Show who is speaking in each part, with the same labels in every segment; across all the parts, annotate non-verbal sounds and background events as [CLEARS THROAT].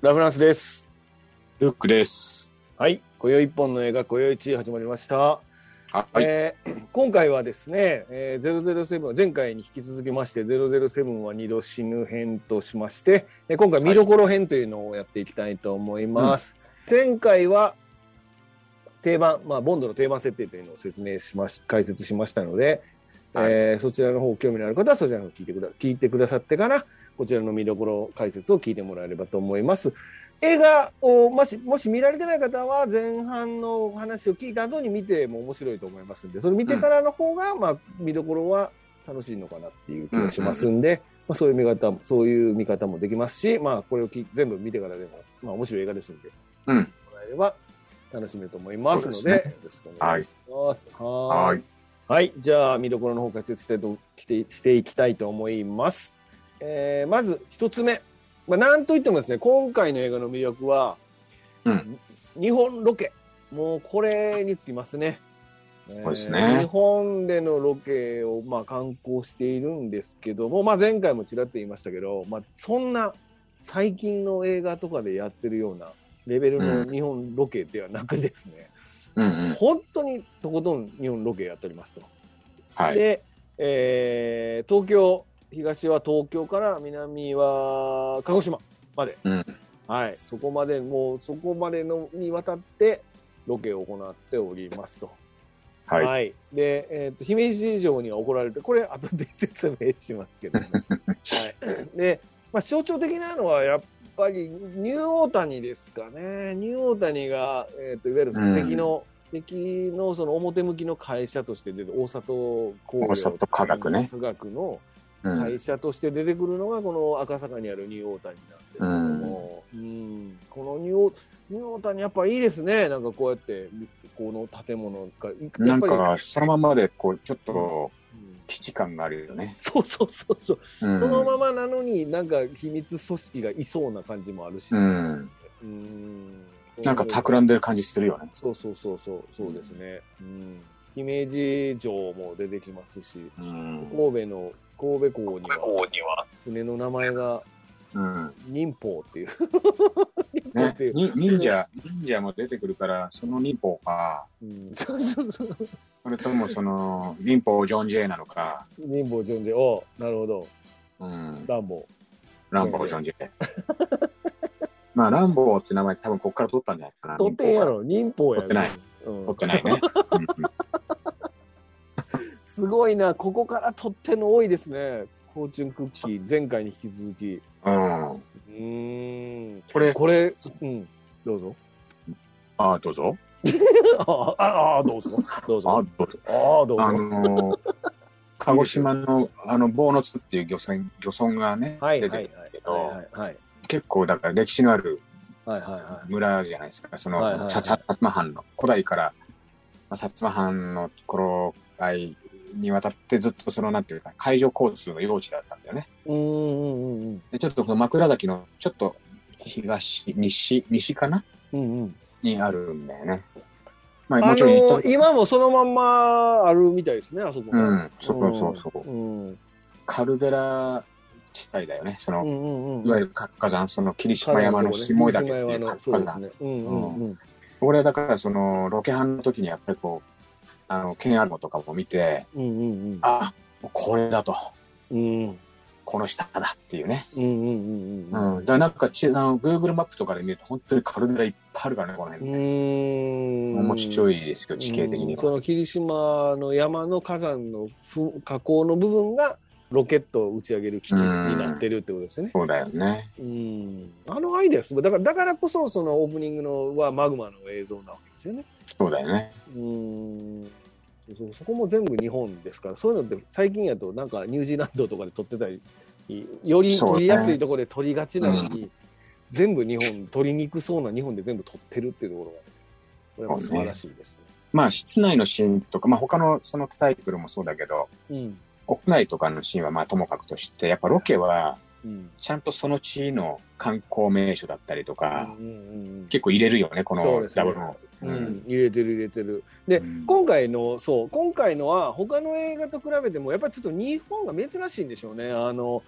Speaker 1: ラフランスです。
Speaker 2: ルックです。
Speaker 1: はい。今宵一本の映画、今宵一位始まりました。
Speaker 2: はい。
Speaker 1: えー [CLEARS THROAT] 今回はですね、えー、007は前回に引き続きまして、007は二度死ぬ編としまして、えー今回見どころ編というのをやっていきたいと思います。前回は定番、まあ、ボンドの定番設定というのを説明しまし、解説しましたので、
Speaker 2: はい
Speaker 1: えーそちらの方興味のある方はそちらの方聞いてくだ聞いてくださってから、こちらの見どころ解説を聞いてもらえればと思います。映画をもしもし見られてない方は前半のお話を聞いた後に見ても面白いと思いますんでそれ見てからの方が、まあ、見どころは楽しいのかなっていう気がしますんで、まあ、そういう見方もそういう見方もできますし、まあ、これをき全部見てからでも、まあ、面白い映画ですんで
Speaker 2: うん。
Speaker 1: もらえれば楽しめると思いますので
Speaker 2: そうです
Speaker 1: よろしくお願いします。は
Speaker 2: は
Speaker 1: ーい
Speaker 2: い。
Speaker 1: はい、じゃあ見どころの方解説してとしてしていきたいと思います。えーまず一つ目、まあ、なんといってもですね今回の映画の魅力は、
Speaker 2: うん
Speaker 1: 日本ロケもうこれにつきますね。
Speaker 2: うですね
Speaker 1: えー日本でのロケをまあ観光しているんですけども、まあ、前回もちらっと言いましたけど、まあ、そんな最近の映画とかでやってるようなレベルの日本ロケではなくですね、
Speaker 2: うんうん。
Speaker 1: 本当にとことん日本ロケやっておりますと。
Speaker 2: はい。
Speaker 1: で、えー東京、東は東京から南は鹿児島まで、
Speaker 2: うん
Speaker 1: はい、そこまで、もうそこまでのにわたってロケを行っておりますと。
Speaker 2: はい。
Speaker 1: で、えーと、姫路城には怒られて、これ、後で説明しますけどね、はい、で、まあ、象徴的なのは、やっぱりニューオータニですかね、ニューオータニが、えー、といわゆる
Speaker 2: うん
Speaker 1: 敵の、敵のその表向きの会社として出て、大里工業
Speaker 2: 大里化学ね
Speaker 1: 化学の
Speaker 2: うん。
Speaker 1: 会社として出てくるのが、この赤坂にあるニューオータニなんですけども、うんこのニューオーニューオータニ、やっぱいいですね、なんかこうやって、この建物が、やっぱり
Speaker 2: なんか、そのままで、こう、ちょっと、
Speaker 1: うん
Speaker 2: 危機感があるよね。
Speaker 1: そうそうそうそう、
Speaker 2: そ
Speaker 1: そのままなのになんか秘密組織がいそうな感じもあるし、
Speaker 2: うん。
Speaker 1: うん
Speaker 2: なんか、企んでる感じするよね。
Speaker 1: そうそうそうそうそうですね、うん、姫路城も出てきますし
Speaker 2: うん。
Speaker 1: 神戸の神戸港には
Speaker 2: には。
Speaker 1: 船の名前が
Speaker 2: うん。
Speaker 1: 忍法っていう忍法
Speaker 2: ね
Speaker 1: ってい。う、
Speaker 2: に忍者、忍者も出てくるから、その忍法か、
Speaker 1: うん、そうそうそう
Speaker 2: それともその、忍法ジョン・ジェイなのか、
Speaker 1: 忍法ジョンジェおうなるほど
Speaker 2: うん。
Speaker 1: 乱暴
Speaker 2: ランボー・ジョン・ジェイ。まあ、ランボーって名前多分こっから取ったんじゃないかな。
Speaker 1: とてんやろ忍法やろ
Speaker 2: 取ってない
Speaker 1: うん
Speaker 2: 取ってないね。
Speaker 1: [LAUGHS] すごいな、ここから取ってんの多いですね。フォーチュンクッキー、前回に引き続き。
Speaker 2: うん。うん
Speaker 1: うーん。
Speaker 2: これ、
Speaker 1: これ、うん、どう
Speaker 2: [LAUGHS]
Speaker 1: ぞ。
Speaker 2: ああ、どうぞ。
Speaker 1: ああ、あどうぞ。どうぞ。
Speaker 2: あ
Speaker 1: あ
Speaker 2: あ、どうぞ。
Speaker 1: あ、どう
Speaker 2: あ
Speaker 1: ぞ。
Speaker 2: の
Speaker 1: [LAUGHS]
Speaker 2: ー鹿児島の、あの、坊津っていう漁船、漁村がね、
Speaker 1: はいは
Speaker 2: 出
Speaker 1: いはい
Speaker 2: てるんだけ。ど、
Speaker 1: はいはい
Speaker 2: 結構だから歴史のある
Speaker 1: はいは
Speaker 2: 村じゃないですか。その、
Speaker 1: はいはいはい
Speaker 2: さ薩摩藩の、古代から、まあ、薩摩藩の頃合いにわたってずっとその、なんていうか、海上交通の用地だったんだよね。
Speaker 1: い。うんうんうん
Speaker 2: で、ちょっとこの枕崎の、ちょっと東、西、西かな
Speaker 1: うんうん。
Speaker 2: にあるんだよね。ま
Speaker 1: あ
Speaker 2: あ、もちろん行った
Speaker 1: の
Speaker 2: こと
Speaker 1: 今もそのまんまあるみたいですね、あそこ。
Speaker 2: うん、そうそうそう。
Speaker 1: う。うんうん
Speaker 2: カルデラ地帯だよね。その、
Speaker 1: うんうん。
Speaker 2: いわゆる活火山、その霧島山の下井岳っていう活
Speaker 1: そうで
Speaker 2: 火
Speaker 1: す
Speaker 2: 山。
Speaker 1: ね。うんうんうん。
Speaker 2: 俺はだからそのロケハンの時にやっぱりこう、あの、ケンアルゴとかも見て、
Speaker 1: うんうん
Speaker 2: あ、もうこれだと、
Speaker 1: うん。うん
Speaker 2: この下だっていうね。
Speaker 1: うんうんうんうん。
Speaker 2: うん。だからなんかち、あの、Google マップとかで見ると本当にカルデラいっぱいあるからね、この
Speaker 1: う
Speaker 2: 辺。
Speaker 1: ーん。
Speaker 2: 面白
Speaker 1: い。
Speaker 2: いですよ、地形的に
Speaker 1: そ
Speaker 2: は。
Speaker 1: の霧島の山の火山のふ火口の部分がロケットを打ち上げる基地になってるってことですよね。
Speaker 2: そうだよね。
Speaker 1: うん。あのアイデアすごい。だから、だからこそ、そのオープニングのはマグマの映像なわけですよね。
Speaker 2: そうだよね。
Speaker 1: うん。そうそこも全部日本ですから、そういうのって最近やとなんかニュージーランドとかで撮ってたり、より撮りやすいところで撮りがちなのに、全部日本、撮りにくそうな日本で全部撮ってるっていうところが、これも素晴らしいですね。
Speaker 2: まあ、室内のシーンとか、まあ他のそのタイトルもそうだけど、
Speaker 1: うん。
Speaker 2: 屋内とかのシーンはまあともかくとして、やっぱロケは、
Speaker 1: うん。
Speaker 2: ちゃんとその地の観光名所だったりとか、
Speaker 1: うんうん
Speaker 2: 結構入れるよね、こ
Speaker 1: そう
Speaker 2: の
Speaker 1: ですね
Speaker 2: ダブルの。
Speaker 1: うんうん、入れてる入れてる。で、
Speaker 2: うん
Speaker 1: 今回の、そう、今回のは他の映画と比べても、やっぱりちょっと日本が珍しいんでしょうね。あの、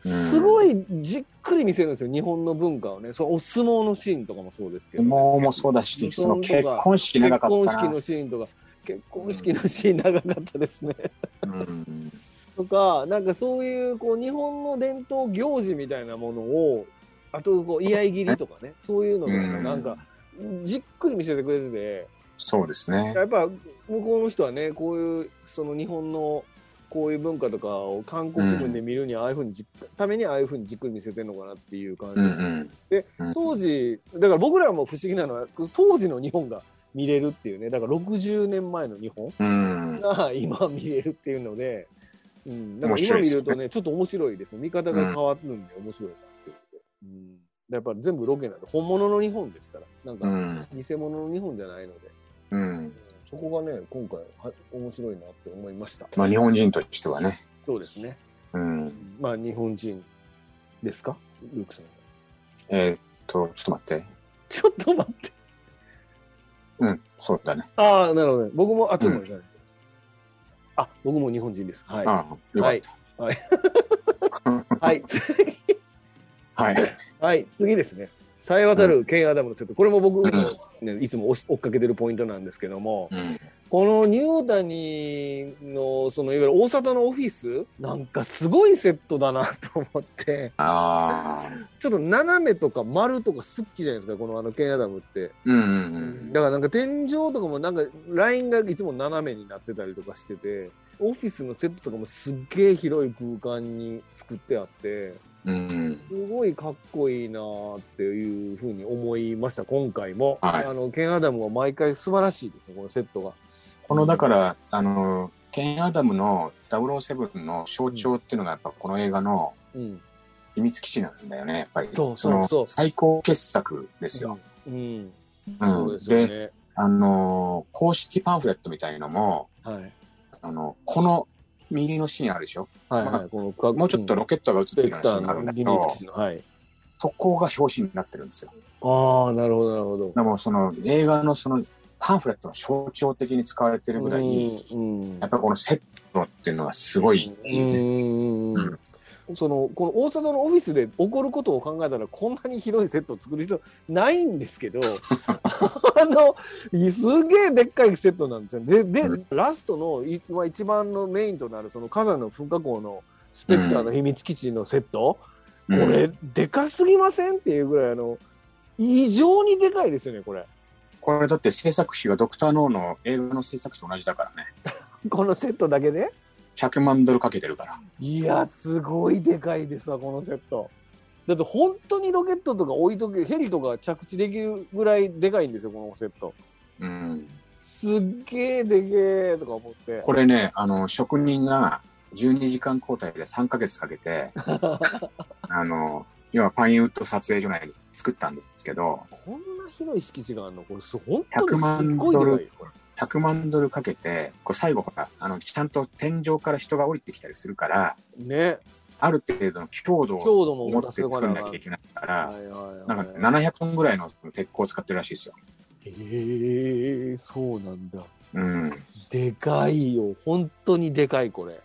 Speaker 1: すごいじっくり見せるんですよ、日本の文化をね。そうお相撲のシーンとかもそうですけど、
Speaker 2: 相撲もそうだし、その結婚式長
Speaker 1: 結
Speaker 2: かった
Speaker 1: 婚
Speaker 2: な。
Speaker 1: 式のシーンとか、結婚式のシーン長かったですね。
Speaker 2: うん
Speaker 1: とか、なんかそういうこう日本の伝統行事みたいなものを、あとこう居合切りとかね、そういうのとかもなんか、じっくり見せてくれてて、
Speaker 2: そうですね。
Speaker 1: [LAUGHS] やっぱ向こうの人はね、こういうその日本のこういう文化とかを観光気分で見るにはああいうふうにじっためにああいうふうにじっくり見せてるのかなっていう感じ
Speaker 2: うんうん。
Speaker 1: で
Speaker 2: うん
Speaker 1: 当時だから僕らも不思議なのは当時の日本が見れるっていうねだから60年前の日本 [LAUGHS]
Speaker 2: うん。
Speaker 1: が今見れるっていうので、うん、だから
Speaker 2: 面
Speaker 1: 今
Speaker 2: 白いで
Speaker 1: 見
Speaker 2: すね
Speaker 1: るとねちょっと面白いですよ見方が変わるんで面白いなっていうので、うん、やっぱ全部ロケなんで本物の日本ですからなん
Speaker 2: う
Speaker 1: か
Speaker 2: ん。
Speaker 1: 偽物の日本じゃないので、
Speaker 2: うん。
Speaker 1: そこがね今回は面白いなって思いました
Speaker 2: まあ日本人としてはね。
Speaker 1: そうですね
Speaker 2: うん。
Speaker 1: まあ日本人ですかルークさんは
Speaker 2: えーっと、ちょっと待って。
Speaker 1: ちょっと待って
Speaker 2: うん。そうだね。
Speaker 1: ああなるほどね僕もあちょっと待って、あ僕も日本人ですはい
Speaker 2: ああ、よかった。
Speaker 1: [LAUGHS] はい
Speaker 2: はい。
Speaker 1: はい、次ですね。さえ渡るケン・アダムのセット。これも僕、ね、いつも追し追っかけてるポイントなんですけども、
Speaker 2: うん。
Speaker 1: このニューオータニの、その、いわゆる大里のオフィス、なんかすごいセットだなと思って、
Speaker 2: ああ。
Speaker 1: ちょっと斜めとか丸とか好きじゃないですか、このあのケン・アダムって。
Speaker 2: うんうん
Speaker 1: だからなんか天井とかもなんか、ラインがいつも斜めになってたりとかしてて、オフィスのセットとかもすっげえ広い空間に作ってあって、
Speaker 2: うん。うん。
Speaker 1: すごいかっこいいなーっていうふうに思いました、今回も。
Speaker 2: はい
Speaker 1: あの、ケン・アダムは毎回素晴らしいですね、このセットが。
Speaker 2: このだから、あの、ケン・アダムの007の象徴っていうのが、やっぱこの映画の
Speaker 1: うん。
Speaker 2: 秘密基地なんだよね、やっぱり。
Speaker 1: そうそう
Speaker 2: の
Speaker 1: そう
Speaker 2: 最高傑作ですよ。
Speaker 1: うん。
Speaker 2: うん
Speaker 1: そうですよ
Speaker 2: で、
Speaker 1: ね。
Speaker 2: あの、公式パンフレットみたいのも、
Speaker 1: はい。
Speaker 2: あの、この右のシーンあるでしょ
Speaker 1: はい、
Speaker 2: ま
Speaker 1: は
Speaker 2: あ
Speaker 1: い。このか、
Speaker 2: もうちょっと
Speaker 1: ロ
Speaker 2: ロケットが映って
Speaker 1: スペ
Speaker 2: るよう
Speaker 1: クタ
Speaker 2: なシ
Speaker 1: ー
Speaker 2: ーンがあるん
Speaker 1: の
Speaker 2: だけ
Speaker 1: 秘密
Speaker 2: ど
Speaker 1: 基、地の、はい。
Speaker 2: そこが表紙になってるんですよ。
Speaker 1: ああ、なるほど、なるほど。
Speaker 2: でもその映画のそのパンフレットの象徴的に使われてるぐらい、
Speaker 1: うんうん
Speaker 2: やっぱこのセットっていうのはすごい、
Speaker 1: うんうんうんそのこの大里のオフィスで起こることを考えたらこんなに広いセットを作る必要ないんですけどあのすげえでっかいセットなんですよでで、
Speaker 2: う
Speaker 1: ラストのいまあ一番のメインとなるその火山の噴火口のスペクターの秘密基地のセット、
Speaker 2: うん
Speaker 1: これでかすぎませんっていうぐらいあの異常にでかいですよねこれ
Speaker 2: これだって制作費がドクター・ノーの映画の制作費と同じだからね。
Speaker 1: このセットだけで
Speaker 2: 100万ドルかけてるから。
Speaker 1: いや、すごいでかいですわ、このセット。だって本当にロケットとか置いとけ、ヘリとか着地できるぐらいでかいんですよ、このセット。
Speaker 2: うん。
Speaker 1: すっげえでけえとか思って。
Speaker 2: これね、あの、職人が12時間交代で3ヶ月か
Speaker 1: [LAUGHS]
Speaker 2: けて、あの、要はパインウッド撮影所内に作ったんですけど、
Speaker 1: こんな広い敷地があるのこれす、本当
Speaker 2: 100
Speaker 1: にすっ
Speaker 2: 万
Speaker 1: ごいで
Speaker 2: ド
Speaker 1: かいよ
Speaker 2: ル。、100万ドルかけて、これ最後ほら、あの、ちゃんと天井から人が降りてきたりするから、
Speaker 1: ね。
Speaker 2: ある程度の強度を
Speaker 1: 強度も
Speaker 2: 持っ
Speaker 1: 出
Speaker 2: て
Speaker 1: せとか
Speaker 2: 作ん
Speaker 1: な
Speaker 2: なきゃいけないから、
Speaker 1: はいはい
Speaker 2: なん
Speaker 1: は
Speaker 2: か
Speaker 1: い。
Speaker 2: 700本ぐらいの鉄鋼を使ってるらしいですよ。
Speaker 1: ええそうなんだ。
Speaker 2: うん。
Speaker 1: でかいよ。本当にでかい、これ。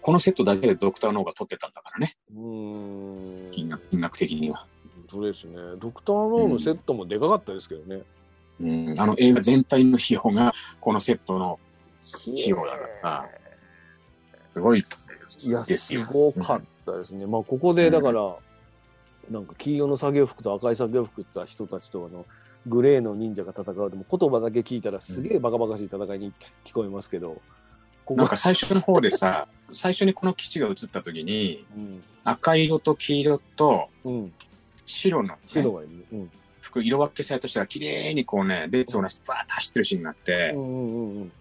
Speaker 2: このセットだけでドクターの方が取ってたんだからね、
Speaker 1: うーん。
Speaker 2: 金額金額的には。
Speaker 1: そうですね。ドクターローのセットもでかかったですけどね。
Speaker 2: うん、あの映画全体の費用がこのセットの費用だからすごい
Speaker 1: いや、
Speaker 2: です
Speaker 1: す
Speaker 2: よ。
Speaker 1: ごかったですね。まあ、ここで、だから、なんか、黄色の作業服と赤い作業服着た人たちと、あの、グレーの忍者が戦うでも、言葉だけ聞いたら、すげえバカバカしい戦いに聞こえますけど、こ
Speaker 2: なんか、最初の方でさ、最初にこの基地が映った時に、
Speaker 1: うん、
Speaker 2: 赤色と黄色と
Speaker 1: うん、
Speaker 2: 白のね、
Speaker 1: 白がいる。うん、
Speaker 2: 服、色分けされた人が綺麗にこうね、列をなして、バーッと走ってるシーンがあって、
Speaker 1: うん、うん、うん。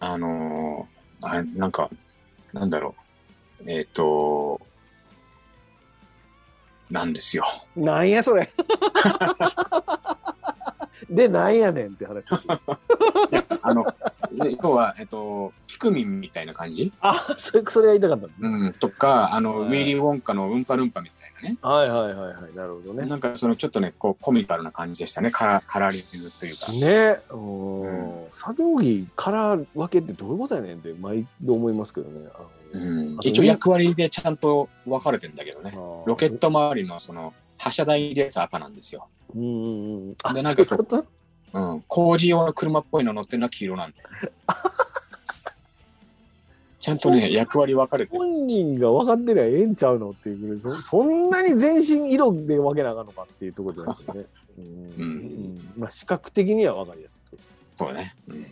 Speaker 2: あのーあれ、なんか、なんだろう、えっ、と、なんですよ。
Speaker 1: なんや、それ。
Speaker 2: [LAUGHS]
Speaker 1: で、なんやねんって話ですよ。
Speaker 2: あの、 [LAUGHS] で要は、えっと、ピクミンみたいな感じ、
Speaker 1: あ、それ、それが言いたかったのね。
Speaker 2: うん、とか、あの、
Speaker 1: はい
Speaker 2: ウィリー・ウォンカのうんぱるんぱみたいなね。
Speaker 1: はいはいはいはい。なるほどね。
Speaker 2: なんかそのちょっとね、こうコミカルな感じでしたね。カラカラリズというか。
Speaker 1: ねうん、作業着から分けってどういうことやねんって毎度思いますけどね。あ
Speaker 2: う
Speaker 1: の
Speaker 2: ん
Speaker 1: あ、と
Speaker 2: 一応役割でちゃんと分かれてんだけどね。
Speaker 1: あー
Speaker 2: ロケット周りのその発射台に入れたやつ赤なんですよ。
Speaker 1: うんうんうん。あ、
Speaker 2: で
Speaker 1: な
Speaker 2: なんん
Speaker 1: かそ
Speaker 2: か
Speaker 1: ういうこと
Speaker 2: うん、工事用の車っぽいの乗ってるのは黄色なんだ
Speaker 1: [LAUGHS]
Speaker 2: よ。ちゃんとね、役割分かれてる。
Speaker 1: 本人が分かってりゃええんちゃうのっていうぐらいそ、そんなに全身色で分けなあかんのかっていうところじゃないですよね。うんうんまあ、視覚的には分かりやすいってことです
Speaker 2: そうね。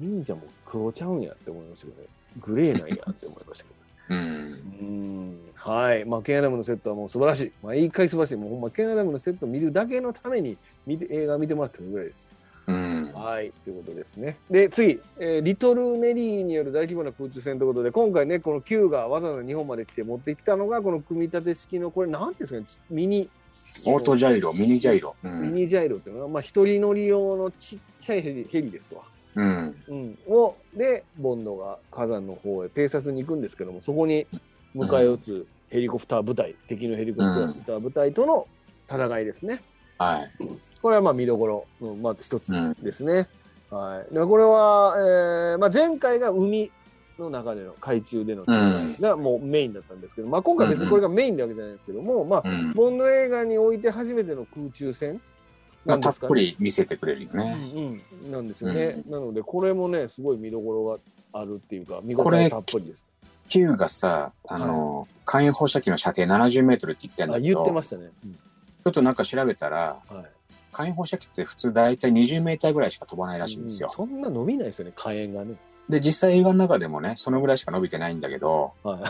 Speaker 2: うん。
Speaker 1: 忍者も黒ちゃうんやって思いましたけどね。グレーなんやって思いましたけど。
Speaker 2: うん。
Speaker 1: うんはい、まあ、ケンアダムのセットはもう素晴らしい、まあ、一回素晴らしい、もうほんま、ケンアダムのセット見るだけのために見て映画見てもらってるぐらいです。
Speaker 2: うん。
Speaker 1: はい、ということですね。で、次、えーリトル・ネリーによる大規模な空中戦ということで、今回ね、この Q がわざわざ日本まで来て持ってきたのが、この組み立て式の、これ、なんていうんですかね、ミニ、
Speaker 2: オートジャイロ、ミニジャイロ。う
Speaker 1: ミ
Speaker 2: ん。
Speaker 1: ニジャイロっていうのは、まあ、一人乗り用のちっちゃいヘリヘリですわ。
Speaker 2: うん。
Speaker 1: うん、をでボンドが火山の方へ偵察に行くんですけどもそこに迎え撃つヘリコプター部隊、敵のヘリコプター部隊との戦いですね、
Speaker 2: はい。
Speaker 1: これはまあ見どころの、まあ、一つ
Speaker 2: うん。
Speaker 1: ですね、はい、でこれは、えーまあ、前回が海の中での海中での
Speaker 2: うん
Speaker 1: がもうメインだったんですけど、まあ、今回別にこれがメインなわけじゃないですけども、ま
Speaker 2: う
Speaker 1: あ、
Speaker 2: ん。
Speaker 1: ボンド映画において初めての空中戦
Speaker 2: ま
Speaker 1: な
Speaker 2: あ、
Speaker 1: ん
Speaker 2: た
Speaker 1: で
Speaker 2: っ
Speaker 1: すかね
Speaker 2: ぷり見せてくれるよ
Speaker 1: う
Speaker 2: ね。
Speaker 1: んうん、なんですよね、なのでこれもねすごい見どころがあるっていうか見応
Speaker 2: こ
Speaker 1: え
Speaker 2: れ
Speaker 1: たっぷりです
Speaker 2: Q がさ、あの、火炎放射器の射程70メートルって言ってんだ
Speaker 1: あ
Speaker 2: け
Speaker 1: 言
Speaker 2: ど、
Speaker 1: ってま
Speaker 2: ち
Speaker 1: したね、
Speaker 2: ょっとなんか調べたら、
Speaker 1: うんはい
Speaker 2: 火炎放射器って普通大体20メーターぐらいしか飛ばないらしいんですよ。
Speaker 1: うんそんな伸びないですよね火炎がね
Speaker 2: で、実際映画の中でもね、そのぐらいしか伸びてないんだけど、
Speaker 1: は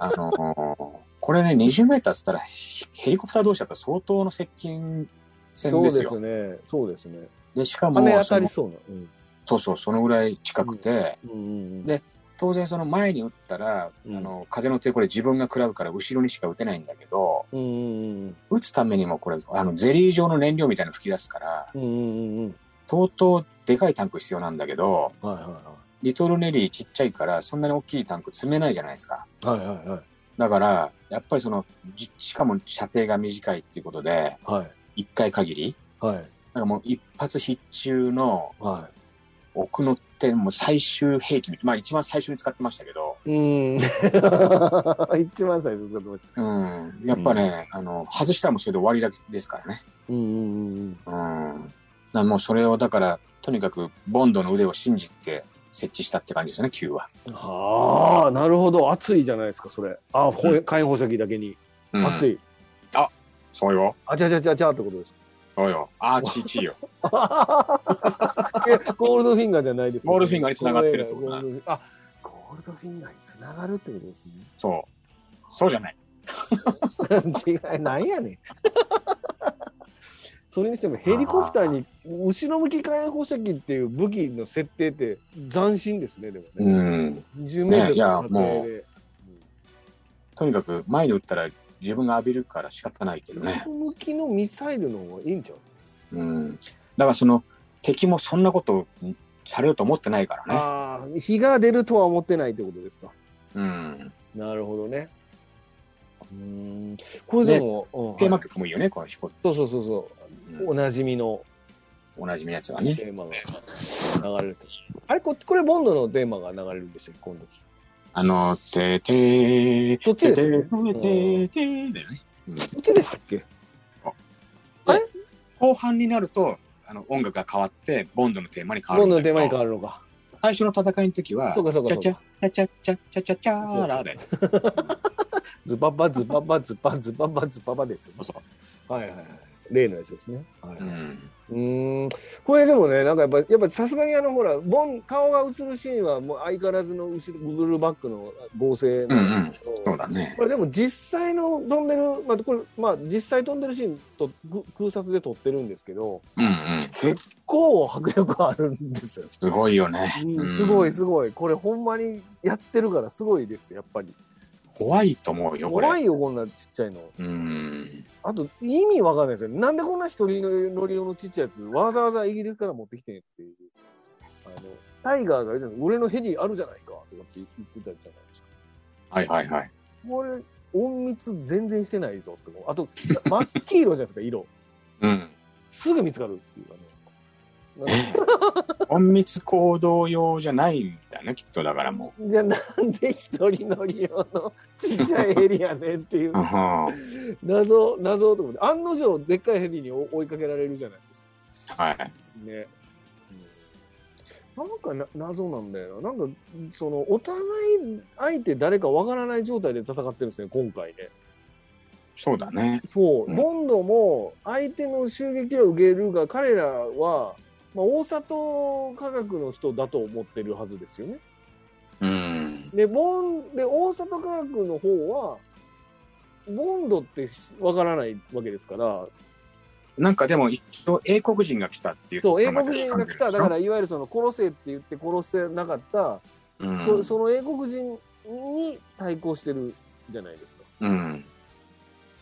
Speaker 2: あのーこれね、20メーターっつったら、ヘヘリコプター同士だったら相当の接近
Speaker 1: い
Speaker 2: 戦
Speaker 1: そうで
Speaker 2: ですよ。
Speaker 1: すねそうですね
Speaker 2: でしかも
Speaker 1: 羽当
Speaker 2: そ
Speaker 1: たり
Speaker 2: の、
Speaker 1: そうなうん
Speaker 2: そうそう、そのぐらい近くて、
Speaker 1: うんうんうん
Speaker 2: で当然その前に撃ったら、
Speaker 1: うん
Speaker 2: あの風の抵抗で自分が食らうから後ろにしか撃てないんだけど、
Speaker 1: うんうん
Speaker 2: 撃つためにもこれ、あのゼリー状の燃料みたいなの吹き出すから、
Speaker 1: うんうんうんうん
Speaker 2: 相当でかいタンク必要なんだけど、
Speaker 1: はいは
Speaker 2: リトルネリーちっちゃいから、そんなに大きいタンク積めないじゃないですか。
Speaker 1: いはいはいはいはい
Speaker 2: だから、やっぱりその、じしかも射程が短いっていうことで、
Speaker 1: はい
Speaker 2: 一回限り、
Speaker 1: はい
Speaker 2: なんかもう一発必中の
Speaker 1: は
Speaker 2: 奥の手、もう最終兵器みたいまあ一番最初に使ってましたけど、
Speaker 1: いうん [LAUGHS] 一番最初使ってました
Speaker 2: うん、やっぱね、あの、外したらもうそれで終わりだけですからね。
Speaker 1: うんうんうんうん
Speaker 2: うん。だからもうそれを、だから、とにかく、ボンドの腕を信じて設置したって感じですね、Q は。
Speaker 1: ああなるほど熱いじゃないですかそれあほえ火炎放射器だけに
Speaker 2: うん、
Speaker 1: 熱
Speaker 2: い。
Speaker 1: い
Speaker 2: そうよ。
Speaker 1: あちゃちゃちゃちゃってことです
Speaker 2: そうよ。あーちいちいよ。
Speaker 1: [LAUGHS] えゴールドフィンガーじゃないです、
Speaker 2: ゴールドフィンガーに繋がってるってこと
Speaker 1: ゴ
Speaker 2: な
Speaker 1: ールドフィンガーあ、ゴールドフィンガーに繋がるってことです
Speaker 2: そう。そうじゃない。
Speaker 1: ね。違い、なんやねん。 [LAUGHS] それにしてもヘリコプターに後ろ向き火炎放射器っていう武器の設定って斬新ですね、でも
Speaker 2: う
Speaker 1: ね。
Speaker 2: ん。
Speaker 1: 20メート
Speaker 2: ね
Speaker 1: ル
Speaker 2: いや
Speaker 1: の撮影で。
Speaker 2: とにかく、前に撃ったら自分が浴びるから仕方ないけどね
Speaker 1: 後。ろ向きのミサイルの方がいいんちゃう
Speaker 2: うん。だからその、敵もそんなことされると思ってないからね。
Speaker 1: ああ、日が出るとは思ってないってことですか。
Speaker 2: うん。
Speaker 1: なるほどね。うーん。これでも、うん
Speaker 2: テーマ曲もいいよね、この飛行機。
Speaker 1: そうそうそうそう、
Speaker 2: うん
Speaker 1: おなじみの
Speaker 2: おなじみのやつが
Speaker 1: テ
Speaker 2: ね。
Speaker 1: ーマが流れると。あれここれボンドのテーマが流れるんでしたっけ今度。
Speaker 2: あの、てーてー、
Speaker 1: そっちです
Speaker 2: て
Speaker 1: よね
Speaker 2: ーてーてーてーだよね。
Speaker 1: いつでしたっけ？
Speaker 2: 後半になると、あの、音楽が変わって、ボンドのテーマに変わ
Speaker 1: ボン
Speaker 2: るん
Speaker 1: ド
Speaker 2: だ
Speaker 1: のテ
Speaker 2: け
Speaker 1: ー
Speaker 2: ど。
Speaker 1: マに変わるのか。
Speaker 2: 最初の戦いの時は
Speaker 1: そう、かそう
Speaker 2: チ
Speaker 1: か
Speaker 2: ャ
Speaker 1: そ
Speaker 2: チ
Speaker 1: う
Speaker 2: ャ
Speaker 1: か。、
Speaker 2: チャチャチャ、チャチャチャーラーだよ。
Speaker 1: ズババズババズバズババズババですよね。
Speaker 2: そう
Speaker 1: はいはいはい。例のやつですね。はい。
Speaker 2: うん。
Speaker 1: うーんこれでもね、なんかやっぱ、やっぱさすがにあの、ほら、ボン、顔が映るシーンは、もう相変わらずの後ろ、ブルーバックの合成
Speaker 2: うんう
Speaker 1: なん
Speaker 2: ん
Speaker 1: です。けど
Speaker 2: そうだね。
Speaker 1: これでも実際の飛んでる、まあ、これ、まあ、実際飛んでるシーンとぐ空撮で撮ってるんですけど、
Speaker 2: うんうん。
Speaker 1: こう迫力あるんですよ。
Speaker 2: すごいよね。
Speaker 1: うん、すごい
Speaker 2: うん
Speaker 1: すごい。これほんまにやってるからすごいです、やっぱり。
Speaker 2: 怖いと思うよ、これ。
Speaker 1: 怖いよ、こんなちっちゃいの。
Speaker 2: うん。
Speaker 1: あと、意味わかんないですよ。なんでこんな一人乗り用のちっちゃいやつ、わざわざイギリスから持ってきてんっていう。あタイガーが言うじゃない俺のヘリあるじゃないかとかって言ってたじゃないですか。
Speaker 2: はいはいはい。
Speaker 1: これ、隠密全然してないぞって思う。あと、真っ黄色じゃないですか、色。
Speaker 2: うん。
Speaker 1: すぐ見つかるっていうかね。
Speaker 2: 隠密行動用じゃないんだね、きっとだからも
Speaker 1: じゃあなんで一人乗り用のちっちゃいヘリやねん
Speaker 2: [LAUGHS]
Speaker 1: っていう
Speaker 2: う。うんはい。
Speaker 1: 謎、謎と思って。案の定、でっかいヘリに追追いかけられるじゃないですか。ね。なんかな謎なんだよな。なんか、その、お互い相手誰かわからない状態で戦ってるんですね、今回ね。
Speaker 2: そうだね。
Speaker 1: そう。
Speaker 2: うん
Speaker 1: ボンドも相手の襲撃は受けるが、彼らは、まあ、大里科学の人だと思ってるはずですよね。
Speaker 2: うん。
Speaker 1: で、ボン、で、大里科学の方は、ボンドってしわからないわけですから、
Speaker 2: なんかでも一応英国人が来たっていう
Speaker 1: そう、英
Speaker 2: ところま
Speaker 1: 国
Speaker 2: で
Speaker 1: 人が来た、だから、いわゆるその、殺せって言って殺せなかった、そその英国人に対抗してるじゃないです
Speaker 2: うん。うん。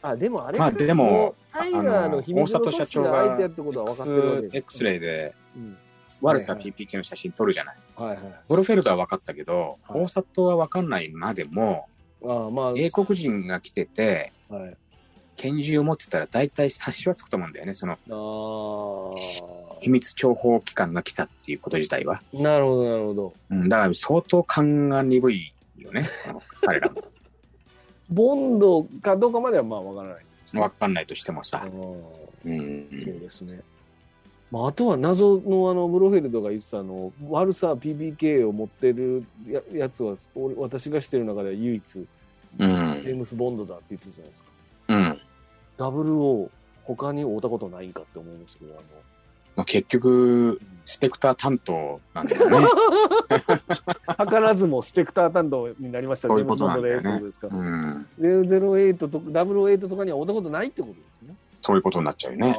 Speaker 1: か。あ、でもあれ
Speaker 2: まあでも
Speaker 1: タイガーの秘密の組織が相手やってことは分かってるわけです
Speaker 2: X- X レイで
Speaker 1: うん
Speaker 2: 悪さ PPK の写真撮るじゃない。
Speaker 1: はいはい。
Speaker 2: ゴルフェルドは分かったけど、
Speaker 1: はい
Speaker 2: 大里は分かんないまでも、
Speaker 1: ああまあ、
Speaker 2: 英国人が来てて、
Speaker 1: はい。
Speaker 2: 拳銃を持ってたら大体察しはつくと思うんだよね、その
Speaker 1: あ
Speaker 2: 秘密情報機関が来たっていうこと自体は。
Speaker 1: あ、なるほど、なるほど。
Speaker 2: うん、だから相当勘が鈍いよ
Speaker 1: [LAUGHS]
Speaker 2: ね、あの彼らも。
Speaker 1: ボンドかどうかまではまあ分からない。
Speaker 2: 分かんないとしても
Speaker 1: あ
Speaker 2: さ
Speaker 1: あ。
Speaker 2: うんう。
Speaker 1: [LAUGHS] そうんですね。まあ、あとは謎のあのブロフェルドが言ってたあの悪さ PBK を持ってるややつは俺私がしてる中では唯一
Speaker 2: う
Speaker 1: ジェ
Speaker 2: ん。
Speaker 1: ームス・ボンドだって言ってたじゃないですか。
Speaker 2: うん。
Speaker 1: ダブルを他に会うたことないんかって思いましたけど、あ
Speaker 2: まあ、結局、スペクター担当なんだ
Speaker 1: [LAUGHS]
Speaker 2: よね。
Speaker 1: の、図らずもスペクター担当になりました、
Speaker 2: そういうこと
Speaker 1: ジ
Speaker 2: なんだ
Speaker 1: ェーム
Speaker 2: よ
Speaker 1: ズボンド
Speaker 2: ね
Speaker 1: ですってこと
Speaker 2: うん。
Speaker 1: ですか。008と、008とかには会うたことないってことですね。
Speaker 2: そういうことになっちゃうよ
Speaker 1: あ
Speaker 2: ね。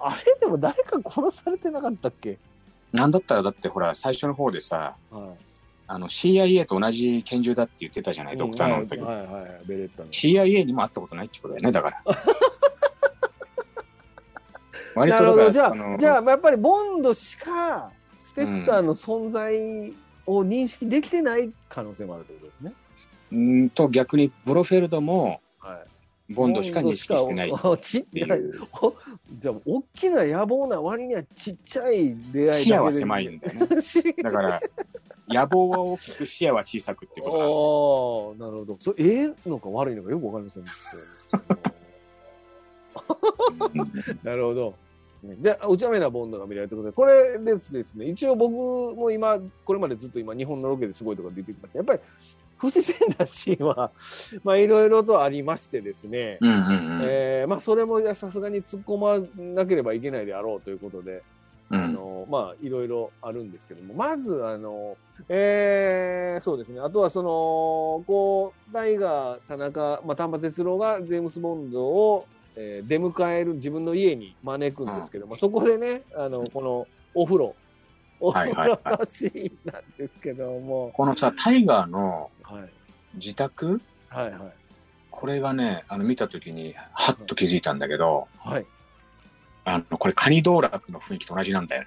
Speaker 1: あ、あれでも誰か殺されてなかったっけ
Speaker 2: なんだったらだってほら、最初の方でさ、
Speaker 1: は。
Speaker 2: あの CIA と同じ拳銃だって言ってたじゃないい、ドクターノ
Speaker 1: う
Speaker 2: ン
Speaker 1: ん
Speaker 2: という。
Speaker 1: はいはいはい、ベレッタの。
Speaker 2: CIA にも会ったことないってことだよね、だ
Speaker 1: [LAUGHS]
Speaker 2: から。割
Speaker 1: な
Speaker 2: と
Speaker 1: る
Speaker 2: だ
Speaker 1: ほ
Speaker 2: か
Speaker 1: ど、
Speaker 2: ら、
Speaker 1: じゃ
Speaker 2: その
Speaker 1: あ、じゃあやっぱりボンドしか、スペクターの存在を認識できてない可能性もあるということですね。
Speaker 2: うーんと逆にブロフェルドも
Speaker 1: はい。
Speaker 2: ボンドしか認識してないっ
Speaker 1: ボンドしかちってちゃい [LAUGHS]
Speaker 2: いう
Speaker 1: じゃあ、大きな野望な割にはちっちゃい出
Speaker 2: [LAUGHS]
Speaker 1: 会いだけで
Speaker 2: 視野は狭いんだよね。
Speaker 1: 視野
Speaker 2: だから、野望は大きく視野は小さくっ
Speaker 1: [LAUGHS]
Speaker 2: て
Speaker 1: ああ
Speaker 2: こ
Speaker 1: ー、なるほど。それ、ええのか悪いのかよくわかりませんね。
Speaker 2: [LAUGHS] とだな。
Speaker 1: なるほど。じゃあ、お茶目なボンドが見られたことで、これですですね、一応僕も今、これまでずっと今、日本のロケですごいとか出てきましたやっぱり不自然なシーンは、 [LAUGHS] まあ、いろいろとありましてですね、
Speaker 2: うんうんうん
Speaker 1: えーまあ、それもいやさすがに突っ込まなければいけないであろうということで、
Speaker 2: う
Speaker 1: あ
Speaker 2: ん。
Speaker 1: のまあいろいろあるんですけどもまずあの、えーそうですねあとはそのこうタイガー田中、まあ、丹波哲郎がジェームス・ボンドを、えー出迎える自分の家に招くんですけども、そこでねあのこのお風呂お
Speaker 2: は
Speaker 1: 風
Speaker 2: いはいは
Speaker 1: 呂
Speaker 2: い
Speaker 1: のシーンなんですけども、
Speaker 2: このさ、タイガーの
Speaker 1: はい
Speaker 2: 自宅
Speaker 1: はいはい
Speaker 2: これがね、あの見たときに、はっと気づいたんだけど、
Speaker 1: はい
Speaker 2: あの、これカニ道楽の雰囲気と同じなんだよね。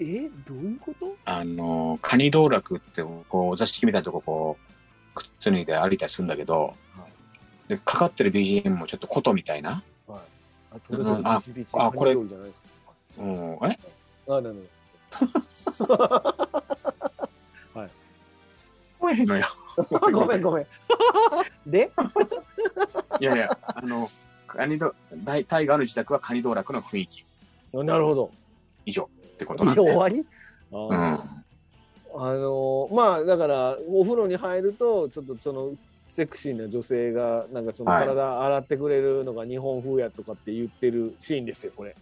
Speaker 1: えーどういうこと
Speaker 2: あの、カニ道楽って、こう、座敷みたいなとここう、くっついで歩いたりするんだけど
Speaker 1: は、
Speaker 2: で、かかってる BGM もちょっと琴みたいな。
Speaker 1: あトレトレ
Speaker 2: うんあ
Speaker 1: ビチビチ
Speaker 2: あこれ
Speaker 1: ハンドルじゃないですか
Speaker 2: うん、え [LAUGHS]
Speaker 1: あなる
Speaker 2: 怖いのよ。
Speaker 1: ほど [LAUGHS] ごめんごめんで
Speaker 2: いやいや、あの、カニド、大タイガーの自宅はカニ道楽の雰囲気
Speaker 1: なるほど
Speaker 2: 以上ってことなん
Speaker 1: 終
Speaker 2: で。
Speaker 1: わりあ
Speaker 2: う
Speaker 1: ー
Speaker 2: ん。
Speaker 1: あのーまあだからお風呂に入るとちょっとそのセクシーな女性がなんかその
Speaker 2: はい
Speaker 1: 体洗ってくれるのが日本風やとかって言ってるシーンですよこれ。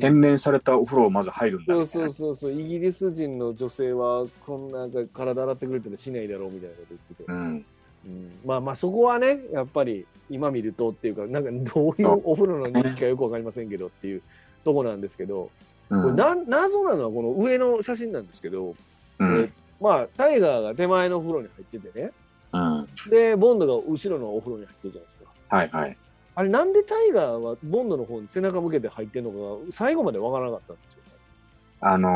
Speaker 2: 洗練されたお風呂をまず入るんだ
Speaker 1: そう
Speaker 2: みたい
Speaker 1: そ
Speaker 2: な
Speaker 1: うそうそうイギリス人の女性はこんなんか体洗ってくれたらしないだろうみたいなこと言ってて、
Speaker 2: うん。
Speaker 1: うんまあまあそこはねやっぱり今見るとっていうかなんかどういうお風呂の認識かよくわかりませんけどっていうとこなんですけど、
Speaker 2: う
Speaker 1: これ
Speaker 2: ん。
Speaker 1: な謎なのはこの上の写真なんですけど、
Speaker 2: う
Speaker 1: これ
Speaker 2: ん。
Speaker 1: まあタイガーが手前のお風呂に入っててね
Speaker 2: うん。
Speaker 1: で、ボンドが後ろのお風呂に入ってるじゃないですか。
Speaker 2: はいはい。
Speaker 1: あれ、なんでタイガーはボンドの方に背中向けて入ってんのかが最後までわからなかったんですよね。
Speaker 2: あの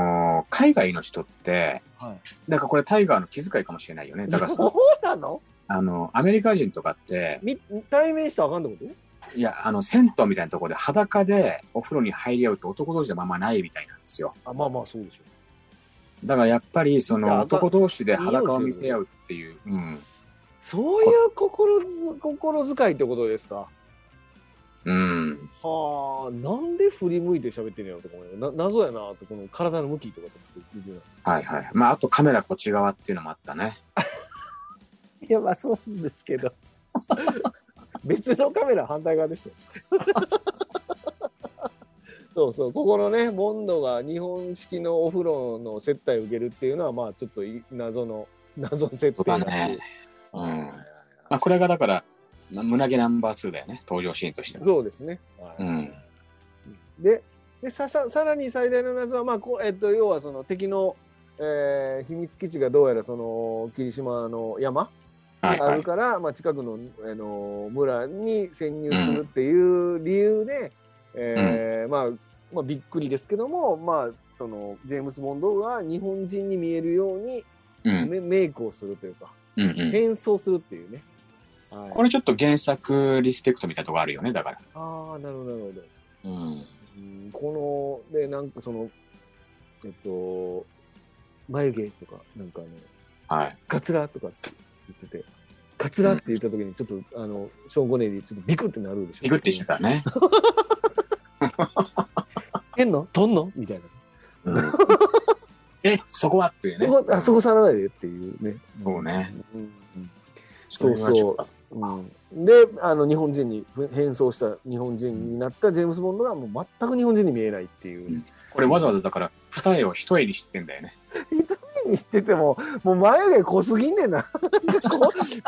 Speaker 2: ー海外の人って、
Speaker 1: はい。
Speaker 2: なんかこれタイガーの気遣いかもしれないよね。だから
Speaker 1: そ [LAUGHS]
Speaker 2: さ、
Speaker 1: うなの
Speaker 2: あの、アメリカ人とかって、
Speaker 1: み対面したらあかんってこと
Speaker 2: いや、あの、銭湯みたいなところで裸でお風呂に入り合うって男同士でまあまあないみたいなんですよ。
Speaker 1: あ、まあまあ、そうでしょ
Speaker 2: だからやっぱり、そ
Speaker 1: いや
Speaker 2: の男同士で裸を見せ合うっていう、うん。
Speaker 1: う。そういう心づ心遣いってことですか。
Speaker 2: うん。
Speaker 1: はあ、なんで振り向いて喋ってんのやろとか思うよな謎やなと、この体の向きとかと思って聞いて
Speaker 2: はいはい。まあ、あとカメラこっち側っていうのもあったね。
Speaker 1: ない。いや、まあそうですけど。 [LAUGHS] 別のカメラ反対側でしたよ。 [LAUGHS] そうそう、ここのね、ボンドが日本式のお風呂の接待を受けるっていうのは、まあちょっとい謎の、謎の設定だし
Speaker 2: そうだねうん。
Speaker 1: はいはい
Speaker 2: ま
Speaker 1: はい
Speaker 2: あ、これがだから、ま胸毛ナンバー2だよね。登場シーンとしては。
Speaker 1: そうですね。はい
Speaker 2: うん
Speaker 1: ででさささらに最大の謎は、まあこうえっと、要はその敵の、えー秘密基地がどうやらその霧島の山に
Speaker 2: はい
Speaker 1: あ
Speaker 2: は
Speaker 1: る
Speaker 2: い。
Speaker 1: から、まあ、近くのあの村に潜入するっていう理由で、えーまあまあ、びっくりですけども、まあ、そのジェームス・ボンドが日本人に見えるように
Speaker 2: うん。
Speaker 1: メ,、メイクをするというか
Speaker 2: うんうん。
Speaker 1: 変装するっていうね。はい、
Speaker 2: これちょっと原作リスペクトみたいなとこあるよね、だから。
Speaker 1: ああなるほどなるほど。
Speaker 2: うん。
Speaker 1: うんこの、で、なんかその、えっと、眉毛とか、なんかあの、
Speaker 2: はい。
Speaker 1: カツラとかって言ってて、カツラって言った時にちょっと、あの、ショーン・ゴネリーちょっとビクってなるでしょ。
Speaker 2: ビクってしてた。ね。
Speaker 1: 変のとんのみたいな。 [LAUGHS]
Speaker 2: うん、え、そこはっていうね。
Speaker 1: そこ、あそこ触らないでっていうね。
Speaker 2: そうね。
Speaker 1: うん
Speaker 2: れはちょっと
Speaker 1: うんで、あの、日本人に変装した日本人になったジェームス・ボンドがもう全く日本人に見えないっていう。
Speaker 2: うんこれわざわざだから、二重を一重にしてんだよね。
Speaker 1: にしてても、もう眉毛濃すぎんねんな。 [LAUGHS] こ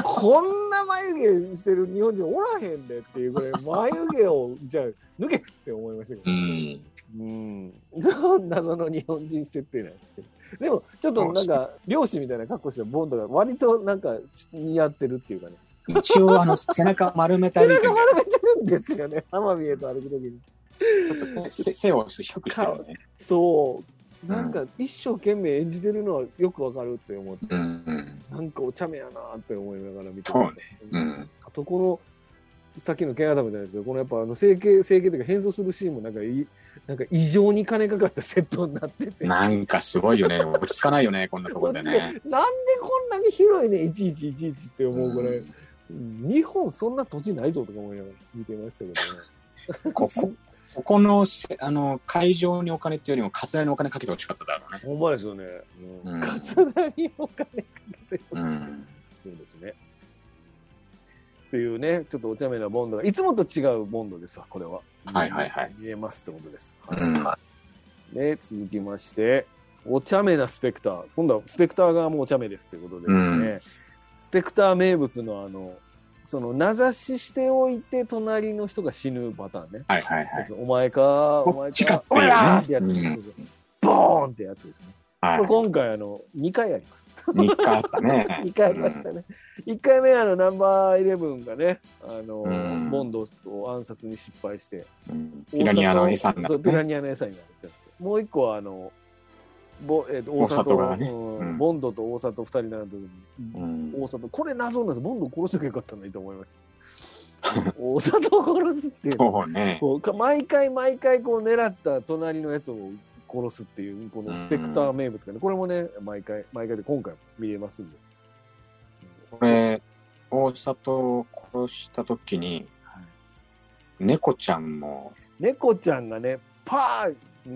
Speaker 1: こんな眉毛してる日本人おらへんでっていうぐらい、眉毛を、じゃあ、抜けって思いましたけ
Speaker 2: う
Speaker 1: ど。
Speaker 2: ん。
Speaker 1: うん。そんなその日本人設定なんですけど。でも、ちょっとなんか、漁師みたいな格好したボンドが割となんか似合ってるっていうかね。
Speaker 2: 一応、あの、背中丸めた
Speaker 1: 背
Speaker 2: り、ち
Speaker 1: 中
Speaker 2: ょ
Speaker 1: 丸めてるんですよね。浜見へと歩くときに。
Speaker 2: っと背背を低くしてるよね。
Speaker 1: そう。なんか、一生懸命演じてるのはよくわかるって思って。
Speaker 2: うんうん。
Speaker 1: なんかお茶目やなって思いながら見て
Speaker 2: そう
Speaker 1: ま
Speaker 2: ね
Speaker 1: した。
Speaker 2: うん。
Speaker 1: あとこの、さっきのケンアダムじゃないですけど、このやっぱあの整形、整形というか変装するシーンもなんかい、なんか異常に金かかったセットになってて。
Speaker 2: なんかすごいよね。落ち着かないよね、こんなところでね。
Speaker 1: なんでこんなに広いね、いちいちいちいちって思うこれ、
Speaker 2: う
Speaker 1: 日本そんな土地ないぞとか思いながら見てましたけどね。
Speaker 2: んここ、ここのせ、あの、会場にお金っていうよりも、カツラにお金かけてほしかっただろうね。
Speaker 1: ほんまですよね。 [LAUGHS]
Speaker 2: うん
Speaker 1: カツラにお金かけてほしい
Speaker 2: うん。
Speaker 1: そうですね。っていうね、ちょっとお茶目なボンドが、いつもと違うボンドですわ、これは。
Speaker 2: はいはいはい
Speaker 1: 見えますってことです。
Speaker 2: うん
Speaker 1: ね、続きまして、お茶目なスペクター。今度はスペクター側もお茶目ですということでですね、
Speaker 2: う
Speaker 1: スペクター名物のあの、その名指ししておいて隣の人が死ぬパターンね。
Speaker 2: はいはいはい。
Speaker 1: お前か、お
Speaker 2: こ
Speaker 1: 前
Speaker 2: っちかっていうね
Speaker 1: おらーってやつ、
Speaker 2: うん
Speaker 1: そうそうボーンってやつですね。
Speaker 2: はい
Speaker 1: これ。今回あの、2回あります。
Speaker 2: 3日あっ
Speaker 1: [LAUGHS]。
Speaker 2: たね
Speaker 1: 2回ありましたね。1回目あのナンバーイレブンがね、あの、
Speaker 2: うん
Speaker 1: ボンドを暗殺に失敗して、
Speaker 2: うん。ピラニアの餌にな
Speaker 1: そ
Speaker 2: っ
Speaker 1: うピ
Speaker 2: て
Speaker 1: ラ
Speaker 2: ね。
Speaker 1: ニアの餌になるってやつもう一個はあのぼ、えー、と大
Speaker 2: 大
Speaker 1: 里
Speaker 2: 里がね
Speaker 1: うん
Speaker 2: うん
Speaker 1: ボンドと大里二人並んだ時に、
Speaker 2: うん
Speaker 1: 大里これ謎なんですボンド殺しとけばよかったのにと思いました [LAUGHS] 大里を殺すっていう
Speaker 2: そうね。
Speaker 1: こうか毎回毎回こう狙った隣のやつを殺すっていうこのスペクター名物がねこれもね毎回毎回で今回も見れますんで、
Speaker 2: これ、大里を殺したときに、猫ちゃんも、
Speaker 1: 猫ちゃんがねパ